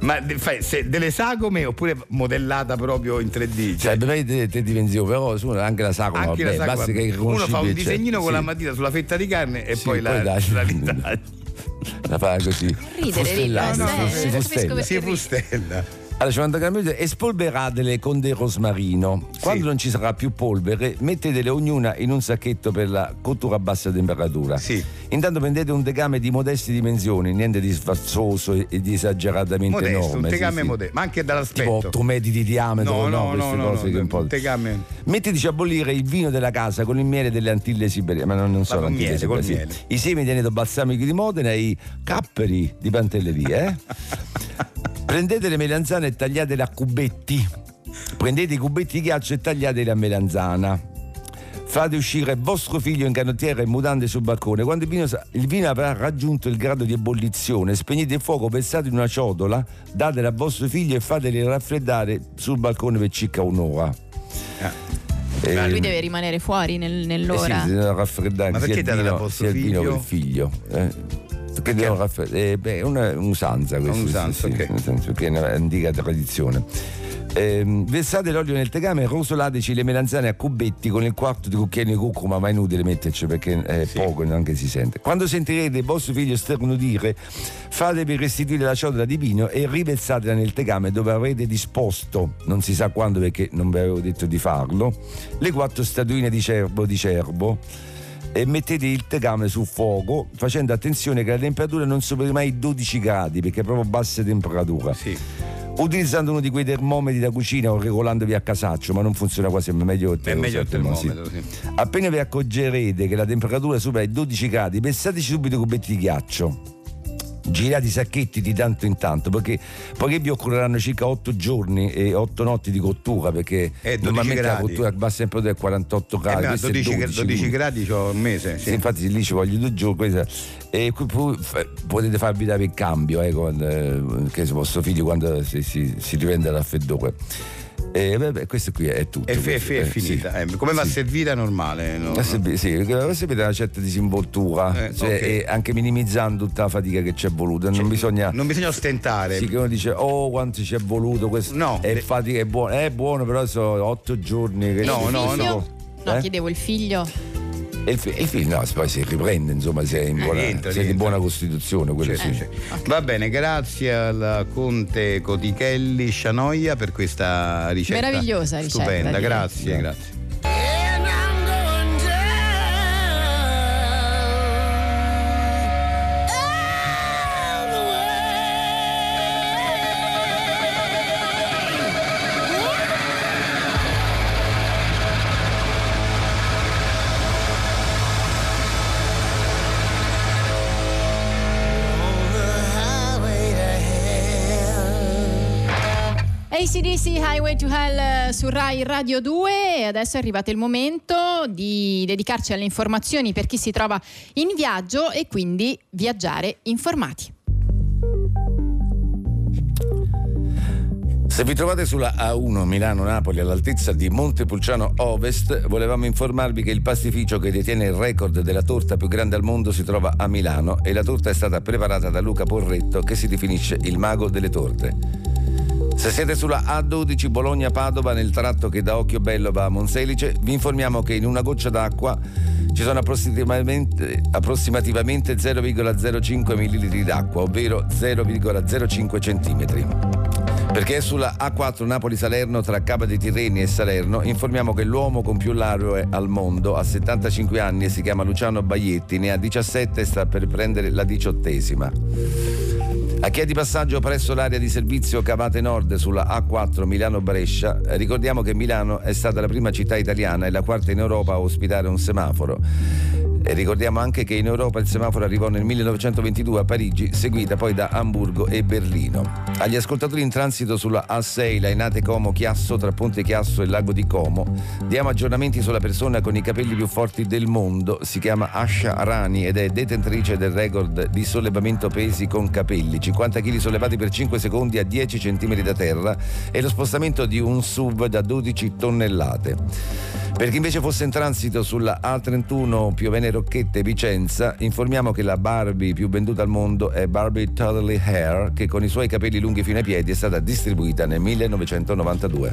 Speaker 4: ma de- fai se- delle sagome oppure modellata proprio in 3D?
Speaker 5: Cioè, per te, te dimensioni, però su, anche la sagoma,
Speaker 4: Anche la
Speaker 5: vabbè,
Speaker 4: sagoma.
Speaker 5: basta che
Speaker 4: uno
Speaker 5: riconosci
Speaker 4: fa un
Speaker 5: il- cioè,
Speaker 4: disegnino con
Speaker 5: sì,
Speaker 4: la matita sulla fetta di carne e
Speaker 5: sì,
Speaker 4: poi, la,
Speaker 5: dai.
Speaker 4: la ritaglia.
Speaker 5: La fa così.
Speaker 7: Ridere,
Speaker 5: fustella,
Speaker 7: ridere,
Speaker 4: no, no,
Speaker 7: eh,
Speaker 4: sì,
Speaker 7: non capisco
Speaker 5: fustella.
Speaker 7: perché
Speaker 4: Si
Speaker 7: ridi.
Speaker 4: frustella.
Speaker 5: Allora, 50 grammi di e spolveratele con del rosmarino. Quando non ci sarà più polvere, mettetele ognuna in un sacchetto per la cottura a bassa temperatura.
Speaker 4: Sì.
Speaker 5: Intanto prendete un tegame di modeste dimensioni, niente di sfarzoso e e di esageratamente
Speaker 4: Modesto,
Speaker 5: enorme.
Speaker 4: un
Speaker 5: sì,
Speaker 4: tegame
Speaker 5: sì.
Speaker 4: modesto, ma anche
Speaker 5: Tipo
Speaker 4: dall'aspetto.
Speaker 5: 8 metri di diametro,
Speaker 4: No, no,
Speaker 5: queste
Speaker 4: no, no,
Speaker 5: cose
Speaker 4: no,
Speaker 5: che un po'.
Speaker 4: un tegame.
Speaker 5: Mettetici a bollire il vino della casa con il miele delle Antille Siberiane, ma non, non sono
Speaker 4: col
Speaker 5: Antille
Speaker 4: miele, col
Speaker 5: Siberiane, sì.
Speaker 4: miele.
Speaker 5: I semi di aneto balsamico di Modena e i capperi di Pantelleria, eh? Prendete le melanzane e tagliatele a cubetti. Prendete i cubetti di ghiaccio e tagliatele a melanzana. Fate uscire vostro figlio in canottiera e mutande sul balcone. Quando il vino, sa- il vino avrà raggiunto il grado di ebollizione, spegnete il fuoco, versate in una ciotola, datela a vostro figlio e fatele raffreddare sul balcone per circa un'ora. Eh,
Speaker 4: mm.
Speaker 7: Ma lui
Speaker 5: eh,
Speaker 7: deve rimanere fuori nel- nell'ora.
Speaker 4: Eh
Speaker 5: sì, si devono raffreddare
Speaker 4: Ma
Speaker 5: sia
Speaker 4: perché
Speaker 5: il
Speaker 4: date da
Speaker 5: vino,
Speaker 4: vostro
Speaker 5: sia il vino
Speaker 4: figlio?
Speaker 5: che il figlio. eh. Perché devono raffreddare? eh, beh, è una- un'usanza questa. sì,
Speaker 4: un'usanza,
Speaker 5: sì,
Speaker 4: ok.
Speaker 5: nel senso che è un'antica tradizione. Ehm, versate l'olio nel tegame e rosolateci le melanzane a cubetti con il quarto di cucchiaino di curcuma, ma è inutile metterci perché è poco e neanche si sente. Quando sentirete il vostro figlio sternudire, fatevi restituire la ciotola di vino e riversatela nel tegame dove avrete disposto, non si sa quando perché non vi avevo detto di farlo, le quattro statuine di cervo di cervo e mettete il tegame sul fuoco facendo attenzione che la temperatura non superi mai i 12 gradi perché è proprio bassa temperatura
Speaker 4: Sì.
Speaker 5: utilizzando uno di quei termometri da cucina o regolandovi a casaccio ma non funziona quasi è meglio il
Speaker 4: È meglio il
Speaker 5: termo, sì.
Speaker 4: termometro, sì.
Speaker 5: appena vi accorgerete che la temperatura supera i 12 gradi pensateci subito ai cubetti di ghiaccio girate i sacchetti di tanto in tanto perché poiché vi occorreranno circa 8 giorni e 8 notti di cottura perché
Speaker 4: Eh, 12
Speaker 5: normalmente la
Speaker 4: gradi.
Speaker 5: cottura basta sempre del 48
Speaker 4: Eh,
Speaker 5: gradi
Speaker 4: ma a
Speaker 5: questo è
Speaker 4: 12,
Speaker 5: 12,
Speaker 4: 12
Speaker 5: quindi-
Speaker 4: gradi c'ho un mese.
Speaker 5: sì,
Speaker 4: Sì.
Speaker 5: infatti lì ci voglio due giorni. questa- E qui pu- f- potete farvi dare il cambio eh, con, eh, che se vostro figlio quando si, si, si riprende dal raffreddore. E Eh, vabbè, questo qui è tutto.
Speaker 4: È, fi- è fi- è
Speaker 5: Eh, sì.
Speaker 4: finita. eh. come va
Speaker 5: Sì.
Speaker 4: servita normale? no?
Speaker 5: La sepe- sì, perché la sepe dà una certa disinvoltura,
Speaker 4: Eh,
Speaker 5: cioè,
Speaker 4: ok. Cioè,
Speaker 5: e anche minimizzando tutta la fatica che ci è voluta. Non bisogna.
Speaker 4: Non bisogna ostentare.
Speaker 5: Sì, che uno dice, oh, quanto ci è voluto questo.
Speaker 4: eh, No. eh.
Speaker 5: È fatica, è buono. Eh, È buono, però sono otto giorni. Che
Speaker 4: No,
Speaker 5: ci-
Speaker 4: no,
Speaker 7: no. No,
Speaker 5: Eh?
Speaker 7: chiedevo il figlio.
Speaker 5: E il, fi- il figlio no, poi si riprende, insomma, se è, in
Speaker 4: Eh,
Speaker 5: buona,
Speaker 4: rientra,
Speaker 5: se è di
Speaker 4: rientra.
Speaker 5: buona costituzione, quello
Speaker 4: Sì,
Speaker 5: sì.
Speaker 4: sì, sì. Va bene, grazie alla Conte Cotichelli Scianoia per questa ricetta.
Speaker 7: Meravigliosa ricetta,
Speaker 4: Stupenda,
Speaker 7: direi.
Speaker 4: grazie, grazie.
Speaker 2: And I'm going down, all the way. On the highway to hell.
Speaker 3: ACDC Highway to Hell eh, su Rai Radio 2 e adesso è arrivato il momento di dedicarci alle informazioni per chi si trova in viaggio e quindi viaggiare informati.
Speaker 5: Se vi trovate sulla A1 Milano-Napoli all'altezza di Montepulciano Ovest, volevamo informarvi che il pastificio che detiene il record della torta più grande al mondo si trova a Milano e la torta è stata preparata da Luca Porretto che si definisce il mago delle torte. Se siete sulla A12 Bologna-Padova nel tratto che da Occhiobello va a Monselice, vi informiamo che in una goccia d'acqua ci sono approssimativamente, approssimativamente 0,05 ml d'acqua, ovvero 0,05 cm. Perché sulla A4 Napoli-Salerno tra Cava dei Tirreni e Salerno informiamo che l'uomo con più lauree al mondo ha 75 anni e si chiama Luciano Baietti, ne ha 17 e sta per prendere la diciottesima. A chi è di passaggio presso l'area di servizio Cavate Nord sulla A4 Milano-Brescia, eh, ricordiamo che Milano è stata la prima città italiana e la quarta in Europa a ospitare un semaforo. E ricordiamo anche che in Europa il semaforo arrivò nel 1922 a Parigi, seguita poi da Amburgo e Berlino. Agli ascoltatori in transito sulla A6, Lainate Como Chiasso tra Ponte Chiasso e Lago di Como, Mm. diamo aggiornamenti sulla persona con i capelli più forti del mondo. Si chiama Asha Arani ed è detentrice del record di sollevamento pesi con capelli, 50 kg sollevati per 5 secondi a 10 cm da terra e lo spostamento di un SUV da 12 tonnellate. Per chi invece fosse in transito sulla A31 Piovene Rocchette Vicenza, informiamo che la Barbie più venduta al mondo è Barbie Totally Hair, che con i suoi capelli lunghi fino ai piedi è stata distribuita nel 1992.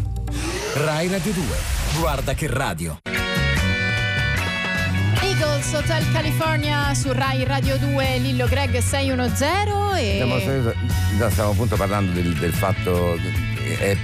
Speaker 8: Rai Radio 2. Guarda che radio.
Speaker 3: Eagles Hotel California su Rai Radio 2 Lillo Greg 610
Speaker 5: Stiamo,
Speaker 9: Eh.
Speaker 3: e
Speaker 5: no, stiamo appunto parlando del, del fatto che è,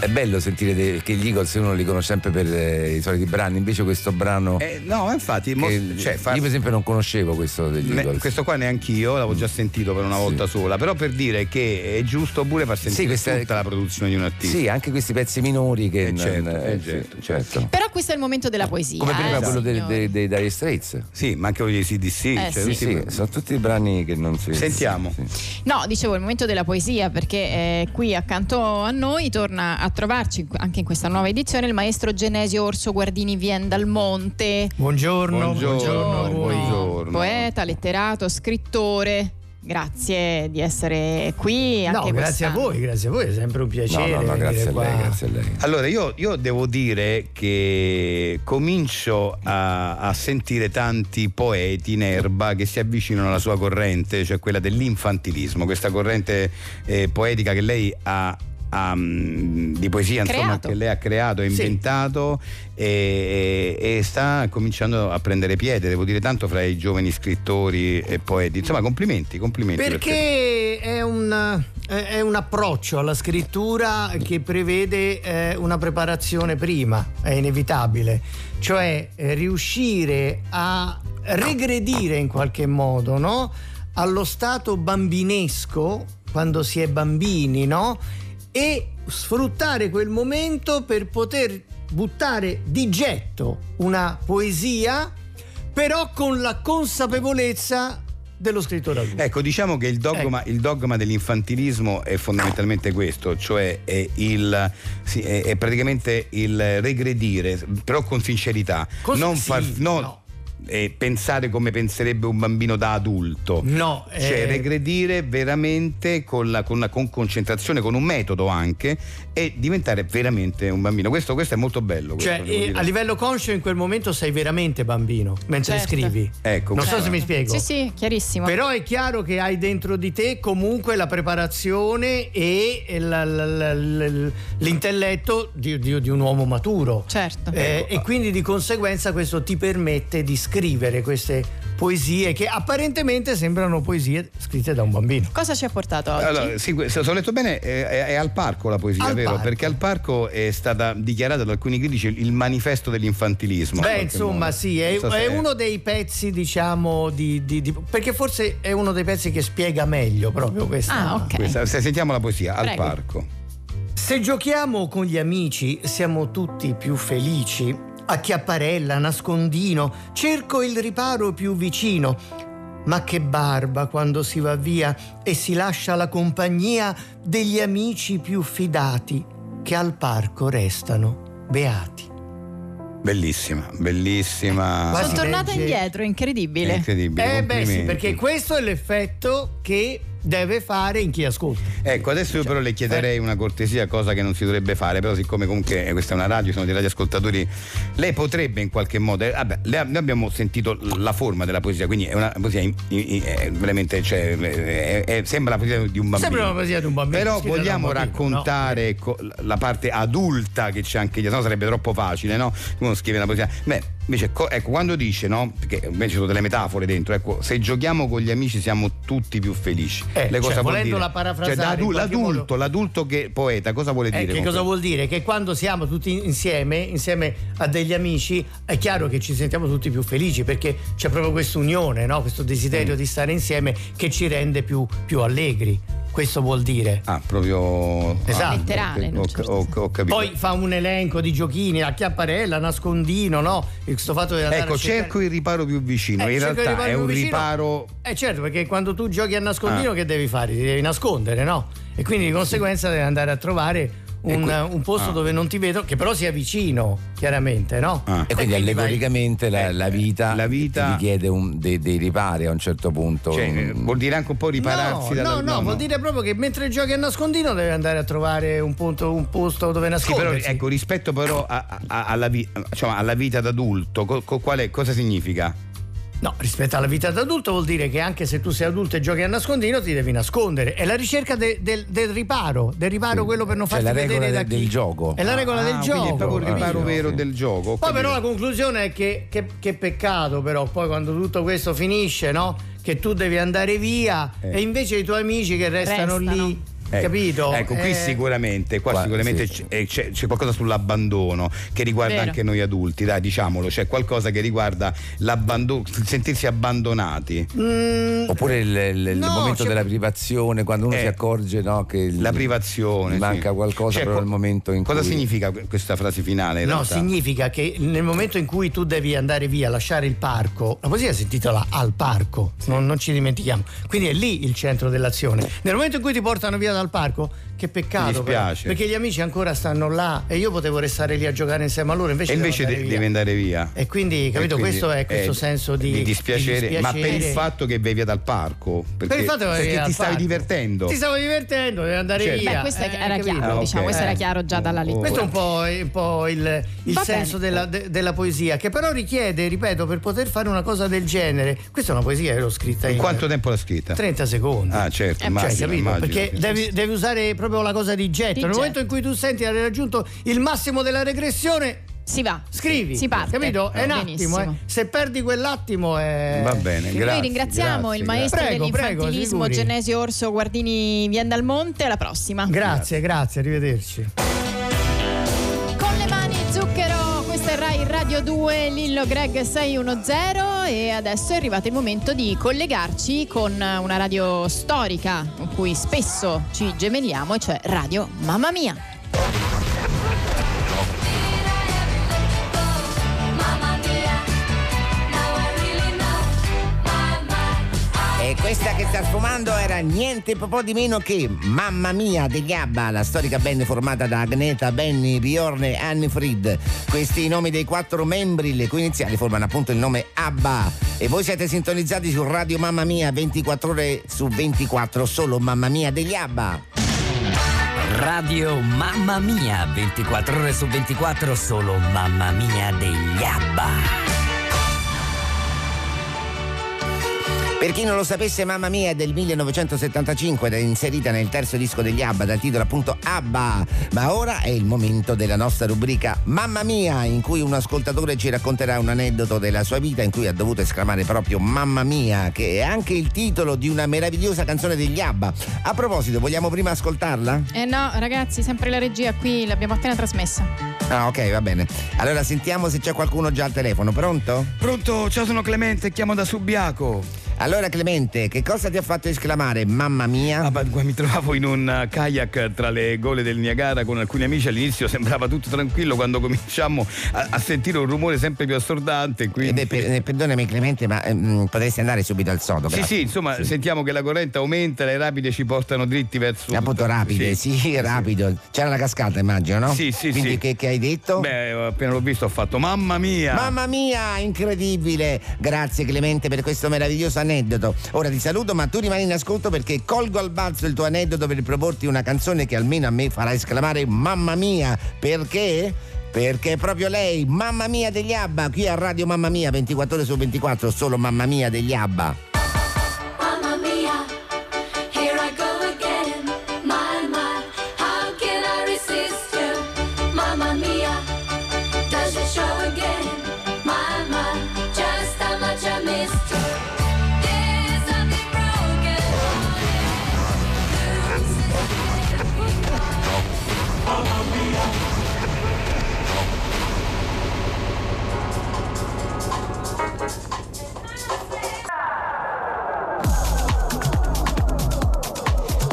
Speaker 5: è bello sentire de- che gli Eagles uno li conosce sempre per eh, i soliti brani, invece questo brano...
Speaker 4: Eh, no, infatti, mo-
Speaker 5: che-
Speaker 4: cioè, fa-
Speaker 5: Io per esempio non conoscevo questo degli
Speaker 4: me-
Speaker 5: Eagles.
Speaker 4: questo qua neanch'io, l'avevo già sentito per una
Speaker 5: Sì.
Speaker 4: volta sola, però per dire che è giusto pure far sentire
Speaker 5: questa-
Speaker 4: tutta la produzione di un artista.
Speaker 5: Sì, anche questi pezzi minori che...
Speaker 4: Eh,
Speaker 5: non-
Speaker 4: certo, eh,
Speaker 5: sì,
Speaker 4: certo,
Speaker 5: certo.
Speaker 3: però questo è il momento della poesia.
Speaker 5: Come prima
Speaker 3: eh,
Speaker 5: quello dei,
Speaker 3: signori.
Speaker 5: dei, dei Dire Straits.
Speaker 4: Sì, ma anche quelli di CDC.
Speaker 3: Eh,
Speaker 4: cioè,
Speaker 3: sì.
Speaker 5: Sì,
Speaker 4: tutti-
Speaker 5: sì, sono tutti brani che non si.
Speaker 4: Sentiamo.
Speaker 5: Sì, sì.
Speaker 3: No, dicevo il momento della poesia perché eh, qui accanto a noi torna a trovarci anche in questa nuova edizione il maestro Genesio Orso Guardini Vien dal Monte.
Speaker 8: Buongiorno.
Speaker 4: Buongiorno, buongiorno.
Speaker 3: Poeta, letterato, scrittore. Grazie di essere qui. Anche
Speaker 9: No, grazie a
Speaker 3: quest'anno.
Speaker 9: voi, grazie a voi, è sempre un
Speaker 5: No,
Speaker 9: piacere.
Speaker 5: no, no,
Speaker 9: venire
Speaker 5: grazie a
Speaker 9: qua.
Speaker 5: lei, grazie a lei.
Speaker 4: Allora, io, io devo dire che comincio a, a sentire tanti poeti in erba che si avvicinano alla sua corrente, cioè quella dell'infantilismo, questa corrente eh, poetica che lei ha ha, mm, di poesia insomma,
Speaker 7: Creato.
Speaker 4: che lei ha creato e
Speaker 9: Sì.
Speaker 4: inventato e, e- e sta cominciando a prendere piede, devo dire tanto fra i giovani scrittori e poeti. Insomma, complimenti, complimenti. per te.
Speaker 9: Perché è un, eh, è un approccio alla scrittura che prevede eh, una preparazione prima, è inevitabile, cioè eh, riuscire a regredire in qualche modo no? allo stato bambinesco, quando si è bambini, no? e sfruttare quel momento per poter buttare di getto una poesia, però con la consapevolezza dello scrittore. adulto.
Speaker 4: Ecco, diciamo che il dogma,
Speaker 9: Ecco.
Speaker 4: il dogma dell'infantilismo è fondamentalmente questo, cioè è, il, sì, è- è praticamente il regredire, però con sincerità.
Speaker 9: Cos-
Speaker 4: non
Speaker 9: sì,
Speaker 4: far, no,
Speaker 9: no.
Speaker 4: eh, pensare come penserebbe un bambino da adulto.
Speaker 9: No,
Speaker 4: Cioè,
Speaker 9: eh,
Speaker 4: regredire veramente con, la- con, la- con concentrazione, con un metodo anche, e diventare veramente un bambino. Questo, questo è molto bello. questo,
Speaker 9: cioè,
Speaker 4: devo
Speaker 9: eh,
Speaker 4: dire.
Speaker 9: a livello conscio in quel momento sei veramente bambino mentre
Speaker 7: Certo.
Speaker 9: scrivi.
Speaker 4: Ecco,
Speaker 9: non
Speaker 3: Certo.
Speaker 4: questo
Speaker 9: so se
Speaker 4: è.
Speaker 9: mi spiego.
Speaker 7: Sì, sì, chiarissimo.
Speaker 9: Però è chiaro che hai dentro di te comunque la preparazione e l- l- l- l'intelletto di, di- di un uomo maturo.
Speaker 7: Certo.
Speaker 9: Eh,
Speaker 4: Ecco, ah.
Speaker 9: e quindi di conseguenza questo ti permette di scrivere queste poesie che apparentemente sembrano poesie scritte da un bambino.
Speaker 7: Cosa ci ha portato oggi?
Speaker 4: Allora, sì, que- se se ho letto bene, eh, è, è al parco la poesia,
Speaker 9: Al
Speaker 4: vero?
Speaker 9: parco.
Speaker 4: Perché al parco è stata dichiarata da alcuni critici il manifesto dell'infantilismo. in
Speaker 9: Beh,
Speaker 4: qualche
Speaker 9: insomma,
Speaker 4: modo.
Speaker 9: sì,
Speaker 4: Non
Speaker 9: è,
Speaker 4: so se
Speaker 9: è uno dei pezzi, diciamo, di, di- di- perché forse è uno dei pezzi che spiega meglio proprio questa.
Speaker 7: ah, ok.
Speaker 4: questa-
Speaker 9: Eh.
Speaker 4: se sentiamo la poesia, al
Speaker 7: Prego.
Speaker 4: parco.
Speaker 9: Se giochiamo con gli amici siamo tutti più felici. A chiapparella, nascondino, cerco il riparo più vicino. Ma che barba quando si va via e si lascia la compagnia degli amici più fidati che al parco restano beati.
Speaker 4: Bellissima, bellissima.
Speaker 9: Quasi
Speaker 7: Sono tornata
Speaker 9: legge-
Speaker 7: indietro,
Speaker 4: È
Speaker 7: incredibile.
Speaker 4: incredibile.
Speaker 9: Eh beh sì,
Speaker 4: complimenti.
Speaker 9: perché questo è l'effetto che deve fare in chi ascolta.
Speaker 4: Ecco, adesso io però le chiederei una cortesia, cosa che non si dovrebbe fare, però siccome comunque eh, questa è una radio, sono dei radioascoltatori, lei potrebbe in qualche modo, eh, vabbè, le- noi abbiamo sentito l- la forma della poesia, quindi è una poesia in- in- in- è veramente, cioè, è- è- è- sembra la poesia di un bambino.
Speaker 9: Sembra la poesia di un bambino,
Speaker 4: Però
Speaker 9: scritta da un
Speaker 4: vogliamo
Speaker 9: bambino,
Speaker 4: raccontare co- la parte adulta che c'è anche dietro, no, sarebbe troppo facile, no? Uno scrive una poesia. Beh, invece, co- ecco, quando dice, no? Perché invece ci sono delle metafore dentro, ecco, se giochiamo con gli amici siamo tutti più felici.
Speaker 9: Eh,
Speaker 4: Lei cosa
Speaker 9: cioè,
Speaker 4: vuol
Speaker 9: volendo
Speaker 4: dire?
Speaker 9: la parafrasare
Speaker 4: Cioè, da adu-
Speaker 9: in qualche
Speaker 4: l'adulto,
Speaker 9: modo.
Speaker 4: l'adulto che poeta, cosa vuole
Speaker 9: Eh,
Speaker 4: dire?
Speaker 9: che
Speaker 4: con
Speaker 9: cosa
Speaker 4: questo?
Speaker 9: vuol dire? Che quando siamo tutti insieme, insieme a degli amici, è chiaro che ci sentiamo tutti più felici perché c'è proprio questa unione, no? questo desiderio
Speaker 4: Mm.
Speaker 9: di stare insieme che ci rende più, più allegri. Questo vuol dire.
Speaker 4: Ah, proprio.
Speaker 9: Esatto.
Speaker 4: ah,
Speaker 7: Letterale, in
Speaker 4: Ho,
Speaker 7: un certo
Speaker 4: ho-
Speaker 7: senso.
Speaker 4: ho capito.
Speaker 9: Poi fa un elenco di giochini, la chiapparella, nascondino, no? E Questo fatto di andare
Speaker 4: ecco,
Speaker 9: a cercare-
Speaker 4: cerco il riparo più vicino.
Speaker 9: Eh,
Speaker 4: In
Speaker 9: cerco di
Speaker 4: realtà
Speaker 9: arrivare
Speaker 4: è
Speaker 9: più
Speaker 4: un
Speaker 9: vicino.
Speaker 4: riparo.
Speaker 9: Eh certo, perché quando tu giochi a nascondino
Speaker 4: Ah.
Speaker 9: che devi fare? Ti devi nascondere, no? E quindi di conseguenza devi andare a trovare un,
Speaker 4: que-
Speaker 9: un posto
Speaker 4: ah.
Speaker 9: dove non ti vedo, che però sia vicino, chiaramente, no?
Speaker 4: Ah.
Speaker 5: E quindi allegoricamente la,
Speaker 4: eh,
Speaker 5: la vita,
Speaker 4: la vita-
Speaker 5: ti chiede un- dei, dei ripari a un certo punto.
Speaker 4: Cioè, eh,
Speaker 5: Mm.
Speaker 4: vuol dire anche un po' ripararsi
Speaker 9: no,
Speaker 4: dalla-
Speaker 9: no, no, vuol dire proprio che mentre giochi a nascondino devi andare a trovare un, punto, un posto dove
Speaker 4: Sì, però
Speaker 9: nascondersi.
Speaker 4: ecco, rispetto però a- a- alla, vi- insomma, alla vita d'adulto, co- co- qual è- cosa significa?
Speaker 9: No, rispetto alla vita d'adulto vuol dire che anche se tu sei adulto e giochi a nascondino ti devi nascondere. È la ricerca de- del, del riparo, del riparo quello per non
Speaker 5: Cioè,
Speaker 9: farti
Speaker 5: la
Speaker 9: vedere
Speaker 5: regola del-
Speaker 9: da chi.
Speaker 5: del gioco.
Speaker 9: È la regola
Speaker 4: Ah,
Speaker 9: del
Speaker 4: quindi
Speaker 9: gioco.
Speaker 4: È proprio il
Speaker 9: capito?
Speaker 4: riparo vero del gioco. ho
Speaker 9: Poi però la
Speaker 4: capito.
Speaker 9: conclusione è che, che- che peccato però, poi quando tutto questo finisce, no? Che tu devi andare via
Speaker 4: Eh.
Speaker 9: e invece i tuoi amici che restano,
Speaker 7: Restano.
Speaker 9: lì,
Speaker 4: Ecco,
Speaker 9: capito?
Speaker 4: Ecco, qui
Speaker 9: Eh,
Speaker 4: sicuramente, qua
Speaker 5: Qua-
Speaker 4: sicuramente
Speaker 5: sì.
Speaker 4: c'è, c'è- c'è qualcosa sull'abbandono che riguarda
Speaker 7: Vero.
Speaker 4: anche noi adulti, dai, diciamolo, c'è qualcosa che riguarda l'abbandono, sentirsi abbandonati,
Speaker 5: Oppure il, il- il
Speaker 9: No,
Speaker 5: momento
Speaker 9: c'è-
Speaker 5: della privazione, quando uno
Speaker 4: Eh,
Speaker 5: si accorge no, che il-
Speaker 4: la privazione.
Speaker 5: gli Mm. manca
Speaker 4: sì.
Speaker 5: qualcosa,
Speaker 4: Cioè,
Speaker 5: però
Speaker 4: co-
Speaker 5: il momento in
Speaker 4: Cosa
Speaker 5: cui.
Speaker 4: significa que- questa frase finale? in
Speaker 9: No,
Speaker 4: realtà?
Speaker 9: significa che nel momento in cui tu devi andare via, lasciare il parco, la poesia si intitola Al parco, non, non ci dimentichiamo. Quindi è lì il centro dell'azione. Nel momento in cui ti portano via dal parco, che peccato.
Speaker 4: Mi dispiace.
Speaker 9: però, perché gli amici ancora stanno là e io potevo restare lì a giocare insieme a loro, invece,
Speaker 4: E invece
Speaker 9: devo
Speaker 4: de-
Speaker 9: andare
Speaker 4: deve
Speaker 9: via.
Speaker 4: andare via.
Speaker 9: E quindi, capito,
Speaker 4: E quindi,
Speaker 9: questo è questo
Speaker 4: eh,
Speaker 9: senso di,
Speaker 4: di dispiacere,
Speaker 9: di
Speaker 4: ma per il
Speaker 9: dispiacere.
Speaker 4: fatto che vai via dal parco, perché,
Speaker 9: Per il fatto che
Speaker 4: perché
Speaker 9: eri
Speaker 4: ti
Speaker 9: al
Speaker 4: stavi
Speaker 9: parco.
Speaker 4: divertendo.
Speaker 9: Ti stavo divertendo, devi andare
Speaker 4: Certo.
Speaker 9: via.
Speaker 7: Beh, questo
Speaker 9: Eh,
Speaker 7: era
Speaker 9: capito? Eh.
Speaker 7: chiaro,
Speaker 4: Ah, ok.
Speaker 7: diciamo, questo era chiaro già dalla
Speaker 4: Oh.
Speaker 7: lettura.
Speaker 9: Questo è un po', è un po' il, il
Speaker 7: Va
Speaker 9: senso
Speaker 7: bene.
Speaker 9: della, de- della poesia, che però richiede, ripeto, per poter fare una cosa del genere. Questa è una poesia che l'ho scritta
Speaker 4: In
Speaker 9: in
Speaker 4: quanto tempo l'ha scritta?
Speaker 9: 30 secondi.
Speaker 4: Ah, certo,
Speaker 9: Cioè,
Speaker 4: immagino,
Speaker 9: capito?
Speaker 4: immagino,
Speaker 9: Perché
Speaker 4: sì.
Speaker 9: devi, devi usare proprio la cosa di getto.
Speaker 3: Di
Speaker 9: Nel
Speaker 3: getto.
Speaker 9: momento in cui tu senti di aver raggiunto il massimo della regressione,
Speaker 3: Si va.
Speaker 9: scrivi.
Speaker 3: Si parte.
Speaker 9: Capito? È un
Speaker 3: Benissimo.
Speaker 9: attimo. eh. Se perdi quell'attimo, è.
Speaker 4: eh,
Speaker 10: Va bene, grazie.
Speaker 3: Noi ringraziamo
Speaker 10: grazie,
Speaker 3: il
Speaker 10: grazie.
Speaker 3: maestro
Speaker 9: Prego,
Speaker 3: dell'infantilismo
Speaker 9: prego, sicuri.
Speaker 3: Genesio Orso Guardini Vien dal Monte. Alla prossima.
Speaker 9: Grazie, grazie, arrivederci.
Speaker 3: Con le mani zucchero, questo è Rai Radio 2, Lillo Greg 610 e adesso è arrivato il momento di collegarci con una radio storica con cui spesso ci gemelliamo, e cioè Radio Mamma Mia.
Speaker 5: E questa che sta sfumando era niente proprio di meno che Mamma Mia di Gabba, la storica band formata da Agneta, Benny, Bjorn e Annie Frid. Questi i nomi dei quattro membri, le cui iniziali formano appunto il nome ABBA. E voi siete sintonizzati su Radio Mamma Mia 24 ore su 24, solo Mamma Mia degli ABBA.
Speaker 11: Radio Mamma Mia, 24 ore su 24, solo Mamma Mia degli ABBA.
Speaker 5: Per chi non lo sapesse, Mamma Mia è del 1975 ed è inserita nel terzo disco degli ABBA dal titolo appunto ABBA. Ma ora è il momento della nostra rubrica Mamma Mia, in cui un ascoltatore ci racconterà un aneddoto della sua vita in cui ha dovuto esclamare proprio Mamma Mia, che è anche il titolo di una meravigliosa canzone degli ABBA. A proposito, vogliamo prima ascoltarla?
Speaker 3: Eh no, ragazzi, sempre la regia qui, l'abbiamo appena trasmessa.
Speaker 5: Ah, ok, va bene. Allora sentiamo se c'è qualcuno già al telefono. Pronto?
Speaker 4: Pronto, ciao sono Clemente, chiamo da Subiaco.
Speaker 5: Allora Clemente, che cosa ti ha fatto esclamare mamma mia?
Speaker 4: Ah, ma gua- mi trovavo in un eh, kayak tra le gole del Niagara con alcuni amici, all'inizio sembrava tutto tranquillo quando cominciamo a, a sentire un rumore sempre più assordante. Quindi...
Speaker 5: Eh, per- eh, perdonami Clemente, ma ehm, potresti andare subito al sodo.
Speaker 4: Sì,
Speaker 5: grazie.
Speaker 4: sì, insomma, sentiamo che la corrente aumenta, le rapide ci portano dritti verso.
Speaker 5: Appunto rapide, sì, rapido. C'era la cascata immagino, no?
Speaker 4: Sì, sì,
Speaker 5: Quindi
Speaker 4: sì.
Speaker 5: Che, che hai detto?
Speaker 4: Beh, ah. appena l'ho visto ho fatto mamma mia!
Speaker 5: Mamma mia, incredibile! Grazie Clemente per questo meraviglioso aneddoto. Ora ti saluto, ma tu rimani in ascolto perché colgo al balzo il tuo aneddoto per proporti una canzone che almeno a me farà esclamare mamma mia. Perché? Perché è proprio lei, mamma mia degli Abba, qui a Radio Mamma Mia 24 ore su 24, solo mamma mia degli Abba.
Speaker 12: Mamma mia, here I go again. My, my, how can I resist you? Mamma mia, does it show again? My, my, just how much I missed you. There's something broken. Mamma mia.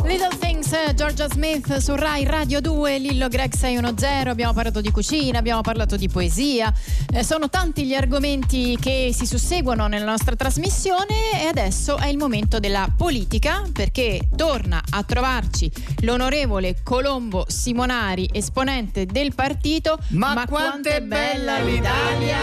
Speaker 3: Little Things, eh, Georgia Smith su Rai Radio 2, Lillo Greg 610, abbiamo parlato di cucina, abbiamo parlato di poesia, Eh, sono tanti gli argomenti che si susseguono nella nostra trasmissione e adesso è il momento della politica perché torna a trovarci l'onorevole Colombo Simonari, esponente del partito.
Speaker 9: Ma, quanto è bella l'Italia!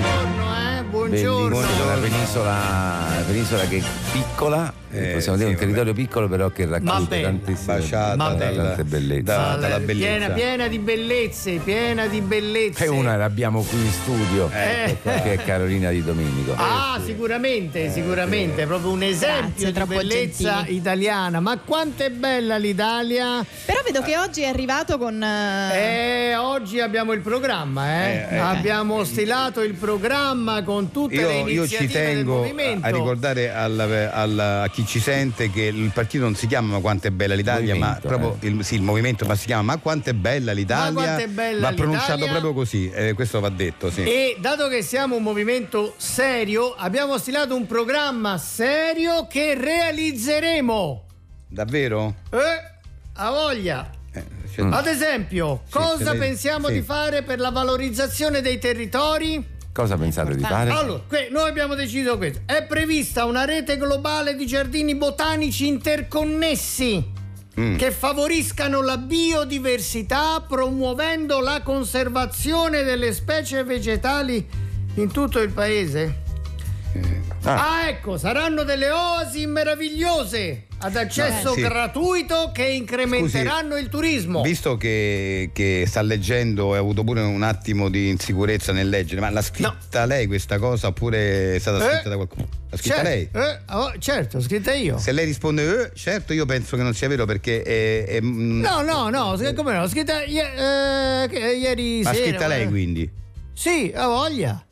Speaker 9: Buongiorno, eh? Buongiorno.
Speaker 13: Una penisola, una penisola che è piccola, eh, possiamo dire un territorio piccolo però che racchiude
Speaker 9: bella.
Speaker 13: tantissime
Speaker 10: Baciata
Speaker 13: tante
Speaker 10: dalla-
Speaker 13: bellezze.
Speaker 10: da- dalla bellezza.
Speaker 9: Piena, piena di bellezze, piena di bellezze.
Speaker 13: E una l'abbiamo qui in studio,
Speaker 9: Eh.
Speaker 5: ecco,
Speaker 13: che è Carolina Di Domenico.
Speaker 9: Ah, sicuramente,
Speaker 10: Eh,
Speaker 9: sicuramente, proprio un esempio
Speaker 3: Grazie,
Speaker 9: di
Speaker 3: troppo
Speaker 9: bellezza
Speaker 3: gentili.
Speaker 9: italiana. Ma quanto è bella l'Italia!
Speaker 3: Però vedo che oggi è arrivato con... eh,
Speaker 9: Eh, oggi abbiamo il programma, eh.
Speaker 10: Eh, eh.
Speaker 9: abbiamo stilato il programma con tutte le
Speaker 10: Io, io
Speaker 9: iniziative
Speaker 10: ci
Speaker 9: del
Speaker 10: tengo
Speaker 9: movimento.
Speaker 10: a ricordare al- al- a chi ci sente che il partito non si chiama Ma quanto è bella l'Italia,
Speaker 13: Movimento,
Speaker 10: ma proprio il, sì, il movimento, ma si chiama Ma quanto è bella l'Italia.
Speaker 9: eh. Ma quanto è bella
Speaker 10: va pronunciato
Speaker 9: l'Italia.
Speaker 10: proprio così, eh, questo va detto, sì.
Speaker 9: E dato che siamo un movimento serio, abbiamo stilato un programma serio che realizzeremo.
Speaker 10: Davvero?
Speaker 9: Eh, a voglia.
Speaker 10: Eh, cioè-
Speaker 9: Ad esempio,
Speaker 10: Sì,
Speaker 9: cosa
Speaker 10: se lei-
Speaker 9: pensiamo
Speaker 10: sì.
Speaker 9: di fare per la valorizzazione dei territori?
Speaker 13: Cosa pensate di fare?
Speaker 9: Allora, que- noi abbiamo deciso questo. È prevista una rete globale di giardini botanici interconnessi
Speaker 10: Mm.
Speaker 9: che favoriscano la biodiversità promuovendo la conservazione delle specie vegetali in tutto il paese.
Speaker 13: Ah.
Speaker 4: Mm.
Speaker 9: Ah, ecco, saranno delle oasi meravigliose ad accesso
Speaker 4: No, sì.
Speaker 9: gratuito che incrementeranno il turismo.
Speaker 4: Visto che, che sta leggendo e ha avuto pure un attimo di insicurezza nel leggere, ma l'ha scritta lei questa cosa oppure è stata
Speaker 9: Eh?
Speaker 4: scritta da qualcuno? L'ha scritta
Speaker 9: Cer-
Speaker 4: lei?
Speaker 9: eh, oh, certo, scritta io.
Speaker 4: Se lei risponde, eh, certo, io penso che non sia vero perché è. è- mm,
Speaker 9: No, no, no, scri- come no? Scritta ie- eh, che- ieri
Speaker 4: L'ha
Speaker 9: sera.
Speaker 4: scritta lei quindi?
Speaker 9: Sì, ha voglia.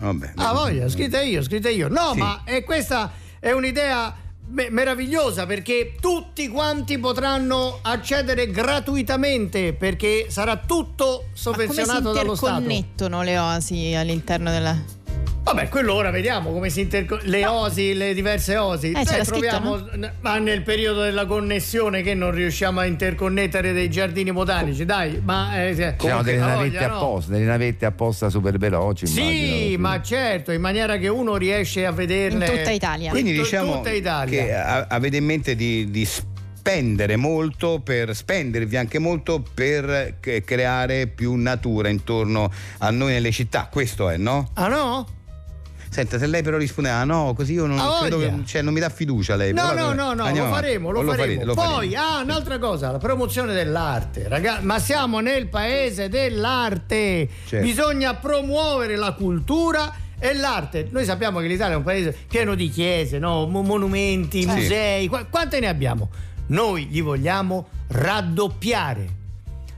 Speaker 4: Vabbè.
Speaker 9: Ah, voglia, scritta io, scritta io. No,
Speaker 4: Sì.
Speaker 9: ma eh, questa è un'idea me- meravigliosa perché tutti quanti potranno accedere gratuitamente perché sarà tutto
Speaker 3: Come si
Speaker 9: sovvenzionato dallo Stato.
Speaker 3: interconnettono le oasi all'interno della...
Speaker 9: Vabbè, quello ora vediamo come si interco- le osi, le diverse osi.
Speaker 3: Eh, c'era
Speaker 9: troviamo n- ma nel periodo della connessione che non riusciamo a interconnettere dei giardini botanici, dai, ma eh, se-
Speaker 5: C'erano delle
Speaker 9: ha voglia,
Speaker 5: navette
Speaker 9: no?
Speaker 5: apposta, delle navette apposta super veloci.
Speaker 9: Sì,
Speaker 5: immagino.
Speaker 9: ma certo, in maniera che uno riesce a vederle
Speaker 4: Quindi
Speaker 9: In tu-
Speaker 4: diciamo
Speaker 9: tutta Italia.
Speaker 4: che a- avete in mente di, di spendere molto per spendervi anche molto per che- creare più natura intorno a noi nelle città. Questo è, no?
Speaker 9: Ah no?
Speaker 4: Senta, se lei però risponde ah no, così io non
Speaker 9: Ah,
Speaker 4: credo
Speaker 9: voglia.
Speaker 4: che- cioè, non mi dà fiducia lei.
Speaker 9: No,
Speaker 4: però
Speaker 9: no,
Speaker 4: vabbè,
Speaker 9: no, no,
Speaker 4: andiamo
Speaker 9: lo
Speaker 4: avanti.
Speaker 9: faremo, lo,
Speaker 4: Lo
Speaker 9: faremo.
Speaker 4: farete, lo
Speaker 9: Poi, ah, un'altra cosa, la promozione dell'arte. Ragazzi, ma siamo nel paese dell'arte.
Speaker 4: Certo.
Speaker 9: Bisogna promuovere la cultura e l'arte. Noi sappiamo che l'Italia è un paese pieno di chiese, no? Mo- monumenti,
Speaker 14: Sì.
Speaker 9: musei, qua- quante ne abbiamo? Noi li vogliamo raddoppiare.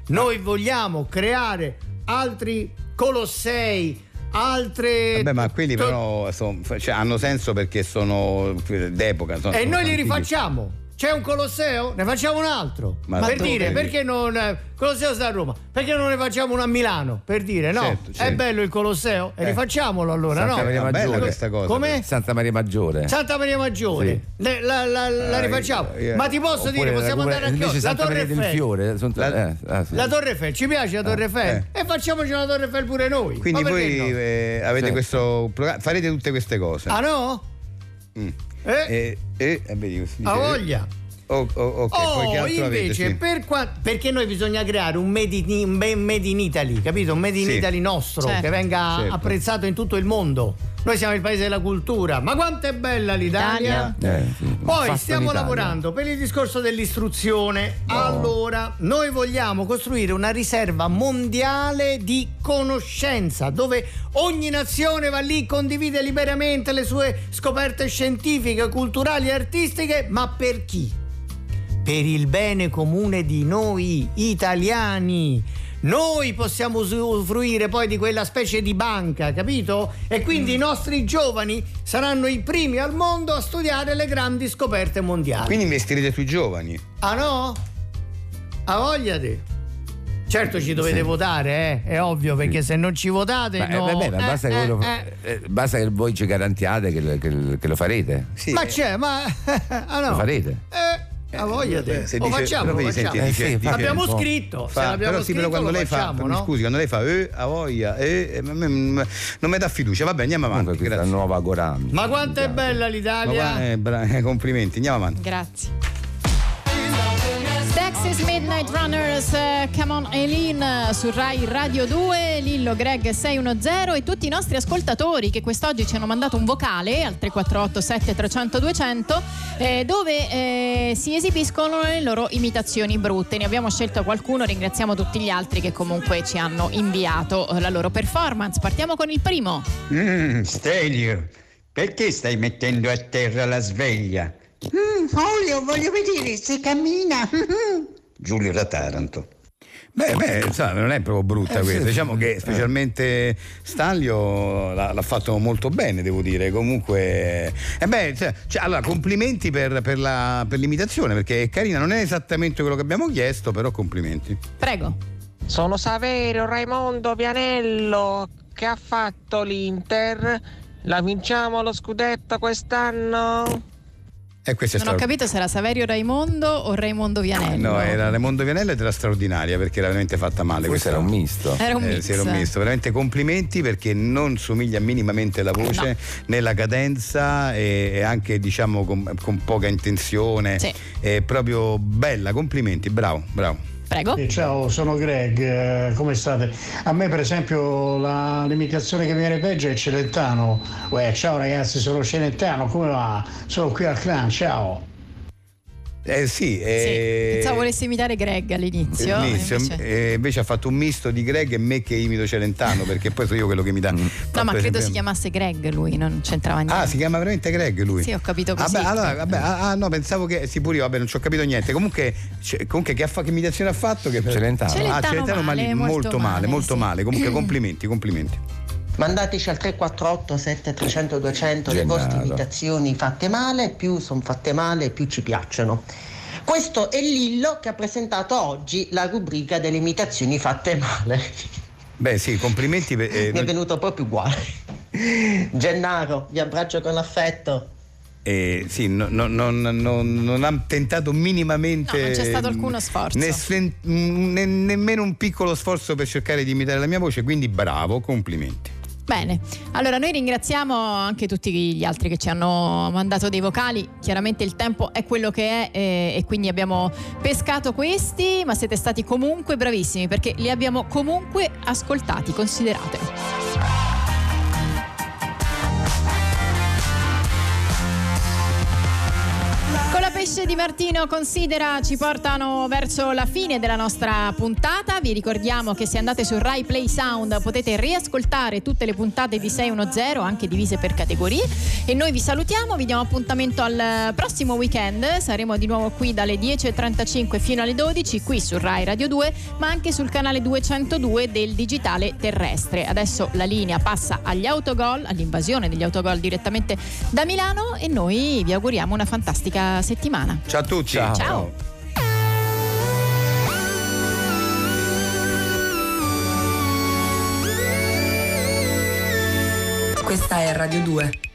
Speaker 9: Noi vogliamo creare altri colossei, altre
Speaker 4: Vabbè, ma quelli però son- cioè, hanno senso perché sono eh, d'epoca. sono-
Speaker 5: Eh,
Speaker 9: e
Speaker 4: sono
Speaker 9: noi li
Speaker 4: antichi.
Speaker 9: rifacciamo. C'è un Colosseo, ne facciamo un altro.
Speaker 4: Ma
Speaker 9: per
Speaker 4: dove?
Speaker 9: dire, perché non. eh, Colosseo sta a Roma, perché non ne facciamo uno a Milano? Per dire, no?
Speaker 5: Certo, certo.
Speaker 9: È bello il Colosseo, e
Speaker 5: Eh.
Speaker 9: rifacciamolo allora,
Speaker 5: Santa
Speaker 9: no?
Speaker 5: Maria
Speaker 9: È
Speaker 5: Maggiore.
Speaker 9: bella Come?
Speaker 5: Santa Maria Maggiore.
Speaker 9: Santa Maria Maggiore, Le- la, la- la
Speaker 5: Ah,
Speaker 9: rifacciamo.
Speaker 5: io-
Speaker 9: Ma ti posso
Speaker 5: oppure
Speaker 9: dire, possiamo
Speaker 5: oppure
Speaker 9: andare a
Speaker 5: Invece
Speaker 9: Chiodo, la
Speaker 5: Santa
Speaker 9: Torre
Speaker 5: Maria del
Speaker 9: Eiffel.
Speaker 5: Fiore. Ah, sono- eh, ah, sì.
Speaker 9: La Torre Eiffel, ci piace la Torre Eiffel?
Speaker 5: eh.
Speaker 9: E facciamoci la Torre Eiffel pure noi.
Speaker 4: Quindi
Speaker 9: Ma perché
Speaker 4: voi
Speaker 9: no?
Speaker 4: eh, avete questo programma, farete tutte queste cose.
Speaker 9: Ah no?
Speaker 5: Mm.
Speaker 9: Eh,
Speaker 4: E, e, eh, vedi, si dice-
Speaker 9: Ha voglia.
Speaker 4: Oh, oh, ok, poi che
Speaker 9: oh,
Speaker 4: altro
Speaker 9: invece,
Speaker 4: avete? Sì.
Speaker 9: per qua- perché noi bisogna creare un made in, un be- made in Italy, capito? Un made in
Speaker 4: Sì.
Speaker 9: Italy nostro,
Speaker 4: Certo.
Speaker 9: che venga
Speaker 4: Certo.
Speaker 9: apprezzato in tutto il mondo. Noi siamo il paese della cultura, ma quanto è bella l'Italia!
Speaker 5: Eh, sì.
Speaker 9: Poi
Speaker 5: Fatto in
Speaker 9: stiamo
Speaker 5: Italia.
Speaker 9: lavorando per il discorso dell'istruzione. Allora, noi vogliamo costruire una riserva mondiale di conoscenza dove ogni nazione va lì, condivide liberamente le sue scoperte scientifiche, culturali e artistiche, ma per chi? Per il bene comune di noi italiani. Noi possiamo usufruire poi di quella specie di banca, capito? E quindi i
Speaker 5: Mm.
Speaker 9: nostri giovani saranno i primi al mondo a studiare le grandi scoperte mondiali.
Speaker 4: Quindi investirete sui giovani.
Speaker 9: Ah no? A voglia di. Certo ci dovete
Speaker 5: Sì.
Speaker 9: votare, eh, è ovvio, perché se non ci votate...
Speaker 5: Ma, eh,
Speaker 9: no.
Speaker 5: vabbè, ma
Speaker 9: Eh,
Speaker 5: basta, che voi
Speaker 9: eh,
Speaker 5: lo-
Speaker 9: eh.
Speaker 5: eh, basta che voi ci garantiate che, che- che lo farete.
Speaker 9: Ma c'è, ma... ah
Speaker 5: Lo
Speaker 9: no?
Speaker 5: farete.
Speaker 9: Eh, a voglia di.
Speaker 4: Se
Speaker 9: Lo
Speaker 4: dice-
Speaker 9: facciamo,
Speaker 4: però
Speaker 9: lo
Speaker 4: vedi, senti,
Speaker 9: facciamo.
Speaker 4: dice- dice-
Speaker 9: L'abbiamo
Speaker 4: fa-
Speaker 9: scritto, se
Speaker 4: Fa,
Speaker 9: l'abbiamo
Speaker 4: però sì, però
Speaker 9: scritto
Speaker 4: quando
Speaker 9: lo
Speaker 4: lei
Speaker 9: facciamo,
Speaker 4: fa,
Speaker 9: no?
Speaker 4: mi scusi, quando lei fa eh, a voglia, eh, eh, ma- ma- ma- non mi dà fiducia. Vabbè, andiamo avanti. grazie.
Speaker 5: nuova Gorami.
Speaker 9: Ma quanto
Speaker 5: Esatto.
Speaker 9: è bella l'Italia!
Speaker 4: eh. complimenti, andiamo avanti.
Speaker 3: Grazie. Texas Midnight Runners, eh, Come on Eileen eh, su Rai Radio 2, Lillo Greg 610 e tutti i nostri ascoltatori che quest'oggi ci hanno mandato un vocale al 348 7300 200 eh, dove eh, si esibiscono le loro imitazioni brutte. Ne abbiamo scelto qualcuno, ringraziamo tutti gli altri che comunque ci hanno inviato eh, la loro performance. Partiamo con il primo.
Speaker 15: Mmm, Stelio, perché stai mettendo a terra la sveglia?
Speaker 16: Mm, Olio, voglio vedere se cammina.
Speaker 15: Giulio da Taranto.
Speaker 4: Beh, beh, insomma, non è proprio brutta
Speaker 15: Eh,
Speaker 4: questa.
Speaker 15: sì.
Speaker 4: Diciamo che specialmente Stanlio l'ha, l'ha fatto molto bene, devo dire. Comunque, eh beh, cioè, cioè, allora, complimenti per, per la- per l'imitazione, perché è carina, non è esattamente quello che abbiamo chiesto, però complimenti.
Speaker 3: Prego.
Speaker 17: Sono Saverio Raimondo Pianello che ha fatto l'Inter. La vinciamo lo scudetto quest'anno.
Speaker 4: E questa è
Speaker 3: Non ho
Speaker 4: straordinaria.
Speaker 3: capito se era Saverio Raimondo o Raimondo Vianello.
Speaker 4: No, era Raimondo Vianello ed era straordinaria perché era veramente fatta male. Questo era un
Speaker 5: misto.
Speaker 3: Era un mix.
Speaker 4: Eh, sì, era un misto. Veramente complimenti perché non somiglia minimamente alla voce né la cadenza e, e anche diciamo con, con poca intenzione. È proprio bella, complimenti, bravo, bravo.
Speaker 3: Prego.
Speaker 4: Eh,
Speaker 18: ciao, sono Greg, eh, come state? A me per esempio la limitazione che mi viene peggio è Celentano. Uè, ciao ragazzi, sono Celentano, come va? Sono qui al clan, ciao.
Speaker 4: Eh sì, eh,
Speaker 3: Pensavo volessi imitare Greg all'inizio.
Speaker 4: Inizio,
Speaker 3: invece-
Speaker 4: eh, invece ha fatto un misto di Greg e me che imito Celentano perché poi sono io quello che mi dà
Speaker 3: No, ma credo si chiamasse Greg lui, non c'entrava niente.
Speaker 4: Ah, si chiama veramente Greg lui?
Speaker 3: Sì, ho capito così.
Speaker 4: Vabbè, allora, vabbè, ah, ah, no, pensavo che. Sì, pure io, vabbè, non ci ho capito niente. Comunque, c'è- comunque che, affa- che imitazione ha fatto? Che,
Speaker 5: Celentano.
Speaker 4: ah,
Speaker 5: Celentano
Speaker 4: Celentano
Speaker 5: male,
Speaker 4: mali-
Speaker 5: molto
Speaker 4: molto male,
Speaker 5: male,
Speaker 4: molto
Speaker 5: sì.
Speaker 4: male. Comunque, complimenti, complimenti.
Speaker 9: Mandateci al 348 7300 200 le
Speaker 4: Gennaro.
Speaker 9: vostre imitazioni fatte male, più sono fatte male, più ci piacciono. Questo è Lillo che ha presentato oggi la rubrica delle imitazioni fatte male.
Speaker 4: Beh, sì, complimenti. per- eh,
Speaker 9: Mi è venuto proprio uguale. Gennaro, vi abbraccio con affetto.
Speaker 4: eh, sì, no- no- non- non- non ha tentato minimamente.
Speaker 3: No, non c'è stato alcuno sforzo.
Speaker 4: nessen- ne- nemmeno un piccolo sforzo per cercare di imitare la mia voce, quindi bravo, complimenti.
Speaker 3: Bene, allora noi ringraziamo anche tutti gli altri che ci hanno mandato dei vocali, chiaramente il tempo è quello che è eh, e quindi abbiamo pescato questi, ma siete stati comunque bravissimi perché li abbiamo comunque ascoltati, considerate. Con la pesce di Martino considera ci portano verso la fine della nostra puntata. Vi ricordiamo che se andate su Rai Play Sound potete riascoltare tutte le puntate di 610 anche divise per categorie e noi vi salutiamo, vi diamo appuntamento al eh, prossimo weekend. Saremo di nuovo qui dalle 10.35 fino alle 12 qui su Rai Radio 2, ma anche sul canale 202 del digitale terrestre. Adesso la linea passa agli autogol, all'invasione degli autogol direttamente da Milano e noi vi auguriamo una fantastica settimana.
Speaker 4: Ciao a tutti.
Speaker 3: Ciao.
Speaker 1: Questa è Radio 2.